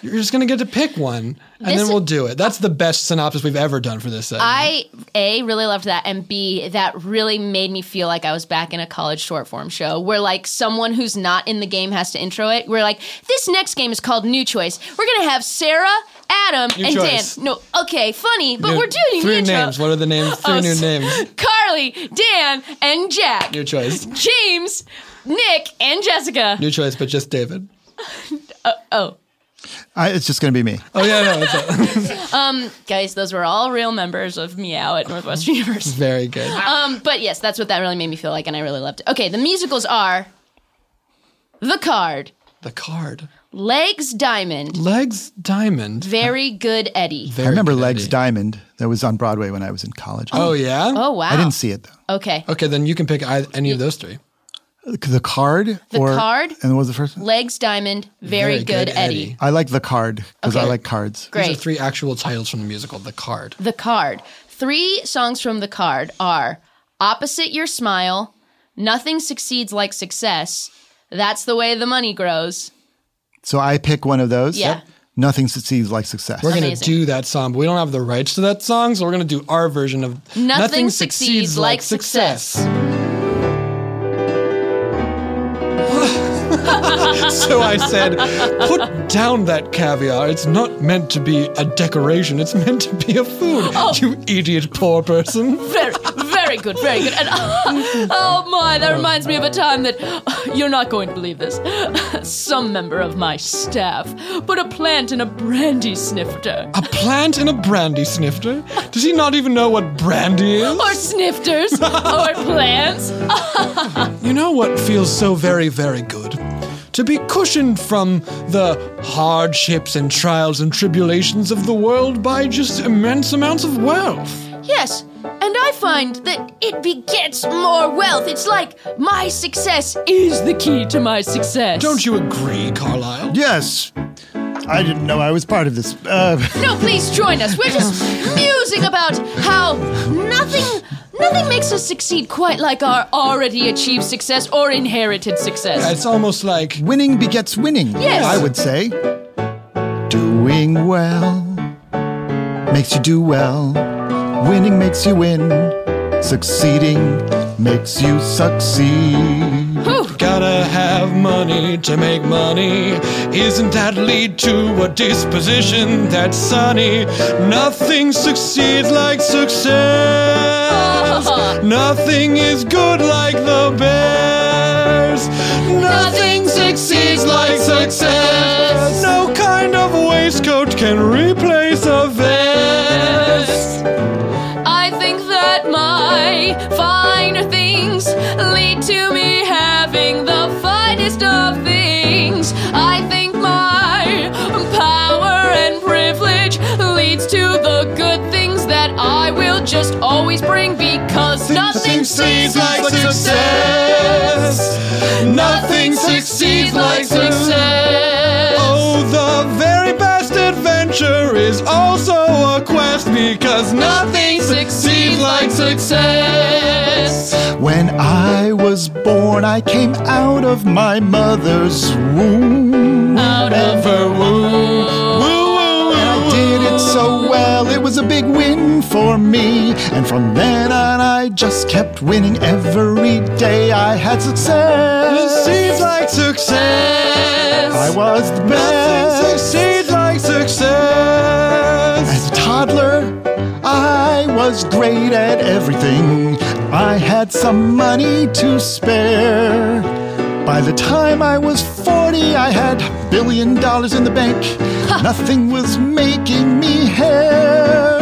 [SPEAKER 2] you're just gonna get to pick one, and
[SPEAKER 6] This-
[SPEAKER 2] then we'll do it. That's the best synopsis we've ever done for this. Segment.
[SPEAKER 6] I a really loved that, and b that really made me feel like I was back in a college short form show where like someone who's not in the game has to intro it. We're like, this next game is called New Choice. We're gonna have Sarah, Adam,
[SPEAKER 2] New
[SPEAKER 6] and
[SPEAKER 2] Choice.
[SPEAKER 6] Dan. No, okay, funny, but
[SPEAKER 2] New-
[SPEAKER 6] oh, we're doing
[SPEAKER 2] three
[SPEAKER 6] the intro.
[SPEAKER 2] names. What are the names? Three
[SPEAKER 6] Oh,
[SPEAKER 2] new
[SPEAKER 6] so-
[SPEAKER 2] names.
[SPEAKER 6] Carly, Dan, and Jack.
[SPEAKER 2] New choice.
[SPEAKER 6] James, Nick, and Jessica.
[SPEAKER 2] New choice, but just David.
[SPEAKER 6] oh,
[SPEAKER 5] I, it's just going to be me.
[SPEAKER 2] Oh yeah, no, it's uh,
[SPEAKER 6] guys, those were all real members of Meow at Northwestern University.
[SPEAKER 2] very good.
[SPEAKER 6] But yes, that's what that really made me feel like, and I really loved it. Okay, the musicals are The Card,
[SPEAKER 2] the card.
[SPEAKER 6] Legs Diamond,
[SPEAKER 2] Legs diamond.
[SPEAKER 6] Very Good Eddie.
[SPEAKER 5] I remember
[SPEAKER 2] Very
[SPEAKER 5] Legs
[SPEAKER 2] trendy.
[SPEAKER 5] Diamond that was on Broadway when I was in college.
[SPEAKER 2] Oh yeah.
[SPEAKER 6] Oh, wow.
[SPEAKER 5] I didn't see it, though.
[SPEAKER 6] Okay.
[SPEAKER 2] Okay, then you can pick either, any of those three.
[SPEAKER 5] The Card?
[SPEAKER 6] The
[SPEAKER 5] or,
[SPEAKER 6] Card?
[SPEAKER 5] And what was the first one?
[SPEAKER 6] Legs Diamond, Very, Good, Eddie.
[SPEAKER 5] I like The Card because I
[SPEAKER 6] Okay.
[SPEAKER 5] like cards.
[SPEAKER 2] These
[SPEAKER 6] Great.
[SPEAKER 2] are three actual titles from the musical, The Card.
[SPEAKER 6] the Card. Three songs from The Card are Opposite Your Smile, Nothing Succeeds Like Success, That's the Way the Money Grows.
[SPEAKER 5] So I pick one of those.
[SPEAKER 6] Yeah. Yep.
[SPEAKER 5] Nothing succeeds like success.
[SPEAKER 2] We're going to
[SPEAKER 6] Amazing.
[SPEAKER 2] do that song, but we don't have the rights to that song, so we're going to do our version of Nothing,
[SPEAKER 6] Succeeds Like Success.
[SPEAKER 2] so I said, put down that caviar. It's not meant to be a decoration, it's meant to be a food,
[SPEAKER 6] Oh.
[SPEAKER 2] you idiot poor person.
[SPEAKER 6] Very, very good, very good. And oh my, that reminds me of a time that you're not going to believe this. Some member of my staff put a plant in a brandy snifter.
[SPEAKER 2] A plant in a brandy snifter? Does he not even know what brandy is?
[SPEAKER 6] Or snifters, or plants.
[SPEAKER 2] You know what feels so very, very good? To be cushioned from the hardships and trials and tribulations of the world by just immense amounts of wealth.
[SPEAKER 6] Yes, and I find that it begets more wealth. It's like my success is the key to my success.
[SPEAKER 2] Don't you agree, Carlyle?
[SPEAKER 5] Yes. I didn't know I was part of this. Uh,
[SPEAKER 6] No, please join us. We're just musing about how nothing nothing makes us succeed quite like our already achieved success or inherited success.
[SPEAKER 2] It's almost like
[SPEAKER 5] winning begets winning.
[SPEAKER 6] Yes.
[SPEAKER 5] I would say. Doing well makes you do well. Winning makes you win. Succeeding makes you succeed.
[SPEAKER 2] Gotta have money to make money. Isn't that lead to a disposition that's sunny? Nothing succeeds like success. Nothing is good like the bears. Nothing succeeds like success. No kind of waistcoat can replace a vest.
[SPEAKER 1] I think that my finer things lead to me having the finest of things. I think my power and privilege leads to the good things that I will just always bring because nothing
[SPEAKER 2] Nothing
[SPEAKER 1] seems
[SPEAKER 2] succeeds
[SPEAKER 1] like
[SPEAKER 2] like success. Nothing succeeds like success. Oh, the very best adventure is also a quest because nothing succeeds like success.
[SPEAKER 5] When I was born, I came out of my mother's womb.
[SPEAKER 1] out of
[SPEAKER 2] For woo, woo, woo,
[SPEAKER 5] And I did it so well, it was a big win for me. And from then on, I just kept winning every day. I had success.
[SPEAKER 2] Succeeds like success.
[SPEAKER 5] I was the
[SPEAKER 2] Nothing
[SPEAKER 5] best.
[SPEAKER 2] succeeds like success.
[SPEAKER 5] As a toddler, I was great at everything. I had some money to spare. By the time I was 40, I had a billion dollars in the bank. Nothing was making me hair.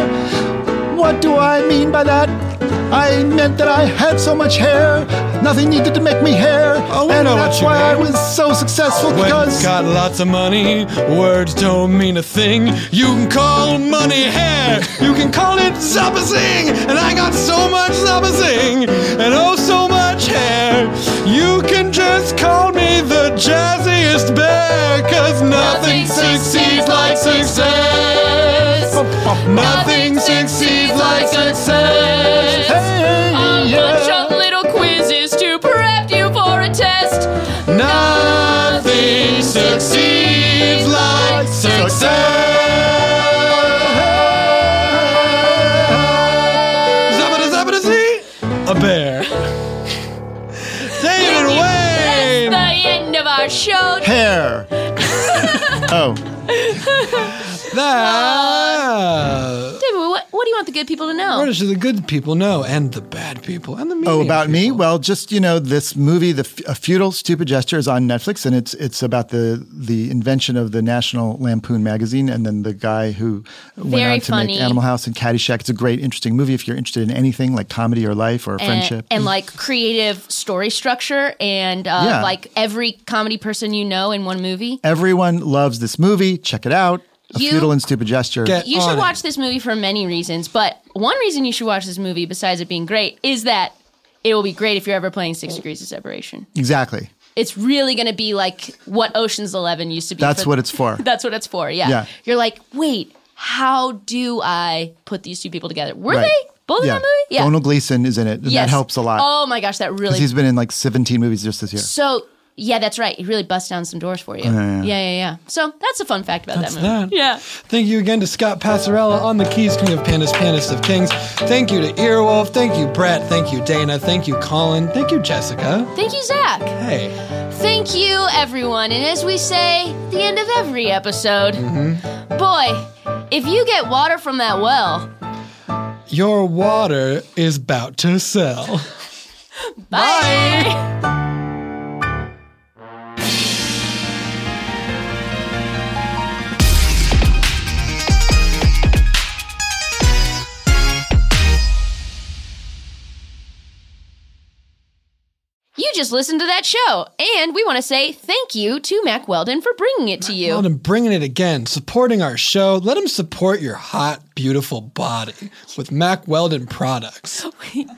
[SPEAKER 5] What do I mean by that? I meant that I had so much hair, nothing needed to make me hair.
[SPEAKER 2] Oh, we
[SPEAKER 5] and
[SPEAKER 2] know what
[SPEAKER 5] that's
[SPEAKER 2] you
[SPEAKER 5] why I
[SPEAKER 2] mean.
[SPEAKER 5] was so successful
[SPEAKER 2] When
[SPEAKER 5] because
[SPEAKER 2] you got lots of money, words don't mean a thing. You can call money hair, you can call it zappazing, and I got so much zappazing, and oh so much hair. You can just call me the jazziest bear, cause nothing succeeds like success. Nothing succeeds like success.
[SPEAKER 5] hey,
[SPEAKER 1] a bunch
[SPEAKER 5] yeah.
[SPEAKER 1] of little quizzes to prep you for a test.
[SPEAKER 2] Nothing succeeds like success. Zabba-da-zabba-da-zee. A bear. David
[SPEAKER 1] That's
[SPEAKER 2] Wayne.
[SPEAKER 1] the end of our show.
[SPEAKER 5] hair. oh,
[SPEAKER 2] That.
[SPEAKER 1] David, what, what do you want the good people to know?
[SPEAKER 13] What
[SPEAKER 1] What
[SPEAKER 13] does the good people know? And the bad people and the media.
[SPEAKER 5] oh, about me? Well, just you know, this movie, the F- a futile, stupid gesture, is on Netflix, and it's it's about the the invention of the National Lampoon magazine, and then the guy who went
[SPEAKER 1] Very
[SPEAKER 5] on to
[SPEAKER 1] funny.
[SPEAKER 5] make Animal House and Caddyshack. It's a great, interesting movie if you're interested in anything like comedy or life or
[SPEAKER 1] and,
[SPEAKER 5] friendship.
[SPEAKER 1] and like creative story structure and uh,
[SPEAKER 5] Yeah.
[SPEAKER 1] like every comedy person you know in one movie.
[SPEAKER 5] Everyone loves this movie. Check it out. A
[SPEAKER 1] You-
[SPEAKER 5] futile and stupid gesture.
[SPEAKER 13] Get
[SPEAKER 1] You should
[SPEAKER 13] on it.
[SPEAKER 1] watch this movie for many reasons, but one reason you should watch this movie, besides it being great, is that it will be great if you're ever playing Six Degrees of Separation.
[SPEAKER 5] exactly.
[SPEAKER 1] It's really going to be like what Ocean's Eleven used to be.
[SPEAKER 5] That's
[SPEAKER 1] for-
[SPEAKER 5] what it's for.
[SPEAKER 1] That's what it's for. Yeah.
[SPEAKER 5] Yeah.
[SPEAKER 1] You're like, wait, how do I put these two people together? Were
[SPEAKER 5] Right.
[SPEAKER 1] they both in that movie? Yeah.
[SPEAKER 5] Donald Gleason is in it, and
[SPEAKER 1] Yes.
[SPEAKER 5] that helps a lot.
[SPEAKER 1] Oh my gosh, that really.
[SPEAKER 5] He's been in like 17 movies just this year.
[SPEAKER 1] so yeah, that's right. He really busts down some doors for you. Yeah, yeah, yeah. So that's a fun fact about
[SPEAKER 13] That's
[SPEAKER 1] that movie.
[SPEAKER 13] that.
[SPEAKER 1] Yeah.
[SPEAKER 13] Thank you again to Scott Passarella on the keys, King of Pandas, Pandas of Kings. Thank you to Earwolf. Thank you, Brett. Thank you, Dana. Thank you, Colin. Thank you, Jessica.
[SPEAKER 1] Thank you, Zach.
[SPEAKER 13] Hey,
[SPEAKER 1] Thank you, everyone. And as we say, at the end of every episode, Mm-hmm. boy, if you get water from that well,
[SPEAKER 13] your water is about to sell.
[SPEAKER 1] bye. You just listened to that show, and we want to say thank you to Mac Weldon for bringing it to you.
[SPEAKER 13] Well, I'm bringing it again, supporting our show. Let him support your hot, beautiful body with Mac Weldon products.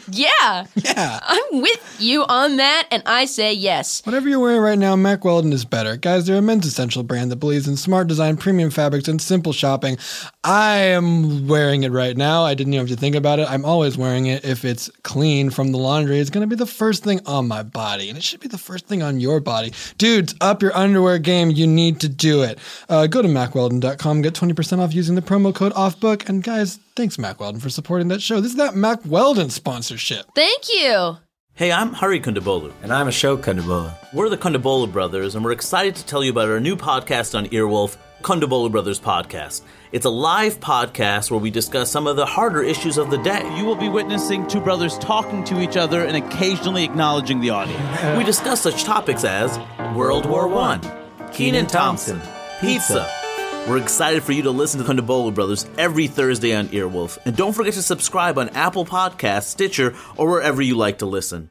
[SPEAKER 1] Yeah,
[SPEAKER 13] Yeah.
[SPEAKER 1] I'm with you on that, and I say yes.
[SPEAKER 13] Whatever you're wearing right now, Mac Weldon is better. Guys, they're a men's essential brand that believes in smart design, premium fabrics, and simple shopping.
[SPEAKER 2] I am wearing it right now. I didn't even have to think about it. I'm always wearing it. If it's clean from the laundry, it's going to be the first thing on my body, and it should be the first thing on your body. Dudes, up your underwear game. You need to do it. Uh, go to macweldon.com, get 20% off using the promo code OFFBOOK. And guys, thanks, Mac Weldon, for supporting that show. This is that Mac Weldon sponsorship.
[SPEAKER 1] Thank you.
[SPEAKER 6] Hey, I'm Hari Kondabolu.
[SPEAKER 14] And I'm Ashok Kondabolu.
[SPEAKER 6] We're the Kondabolu brothers, and we're excited to tell you about our new podcast on Earwolf, Kondabolu Brothers Podcast. It's a live podcast where we discuss some of the harder issues of the day.
[SPEAKER 15] You will be witnessing two brothers talking to each other and occasionally acknowledging the audience.
[SPEAKER 6] We discuss such topics as World War I, Keenan Thompson, pizza. We're excited for you to listen to the Condobolo Brothers every Thursday on Earwolf. And don't forget to subscribe on Apple Podcasts, Stitcher, or wherever you like to listen.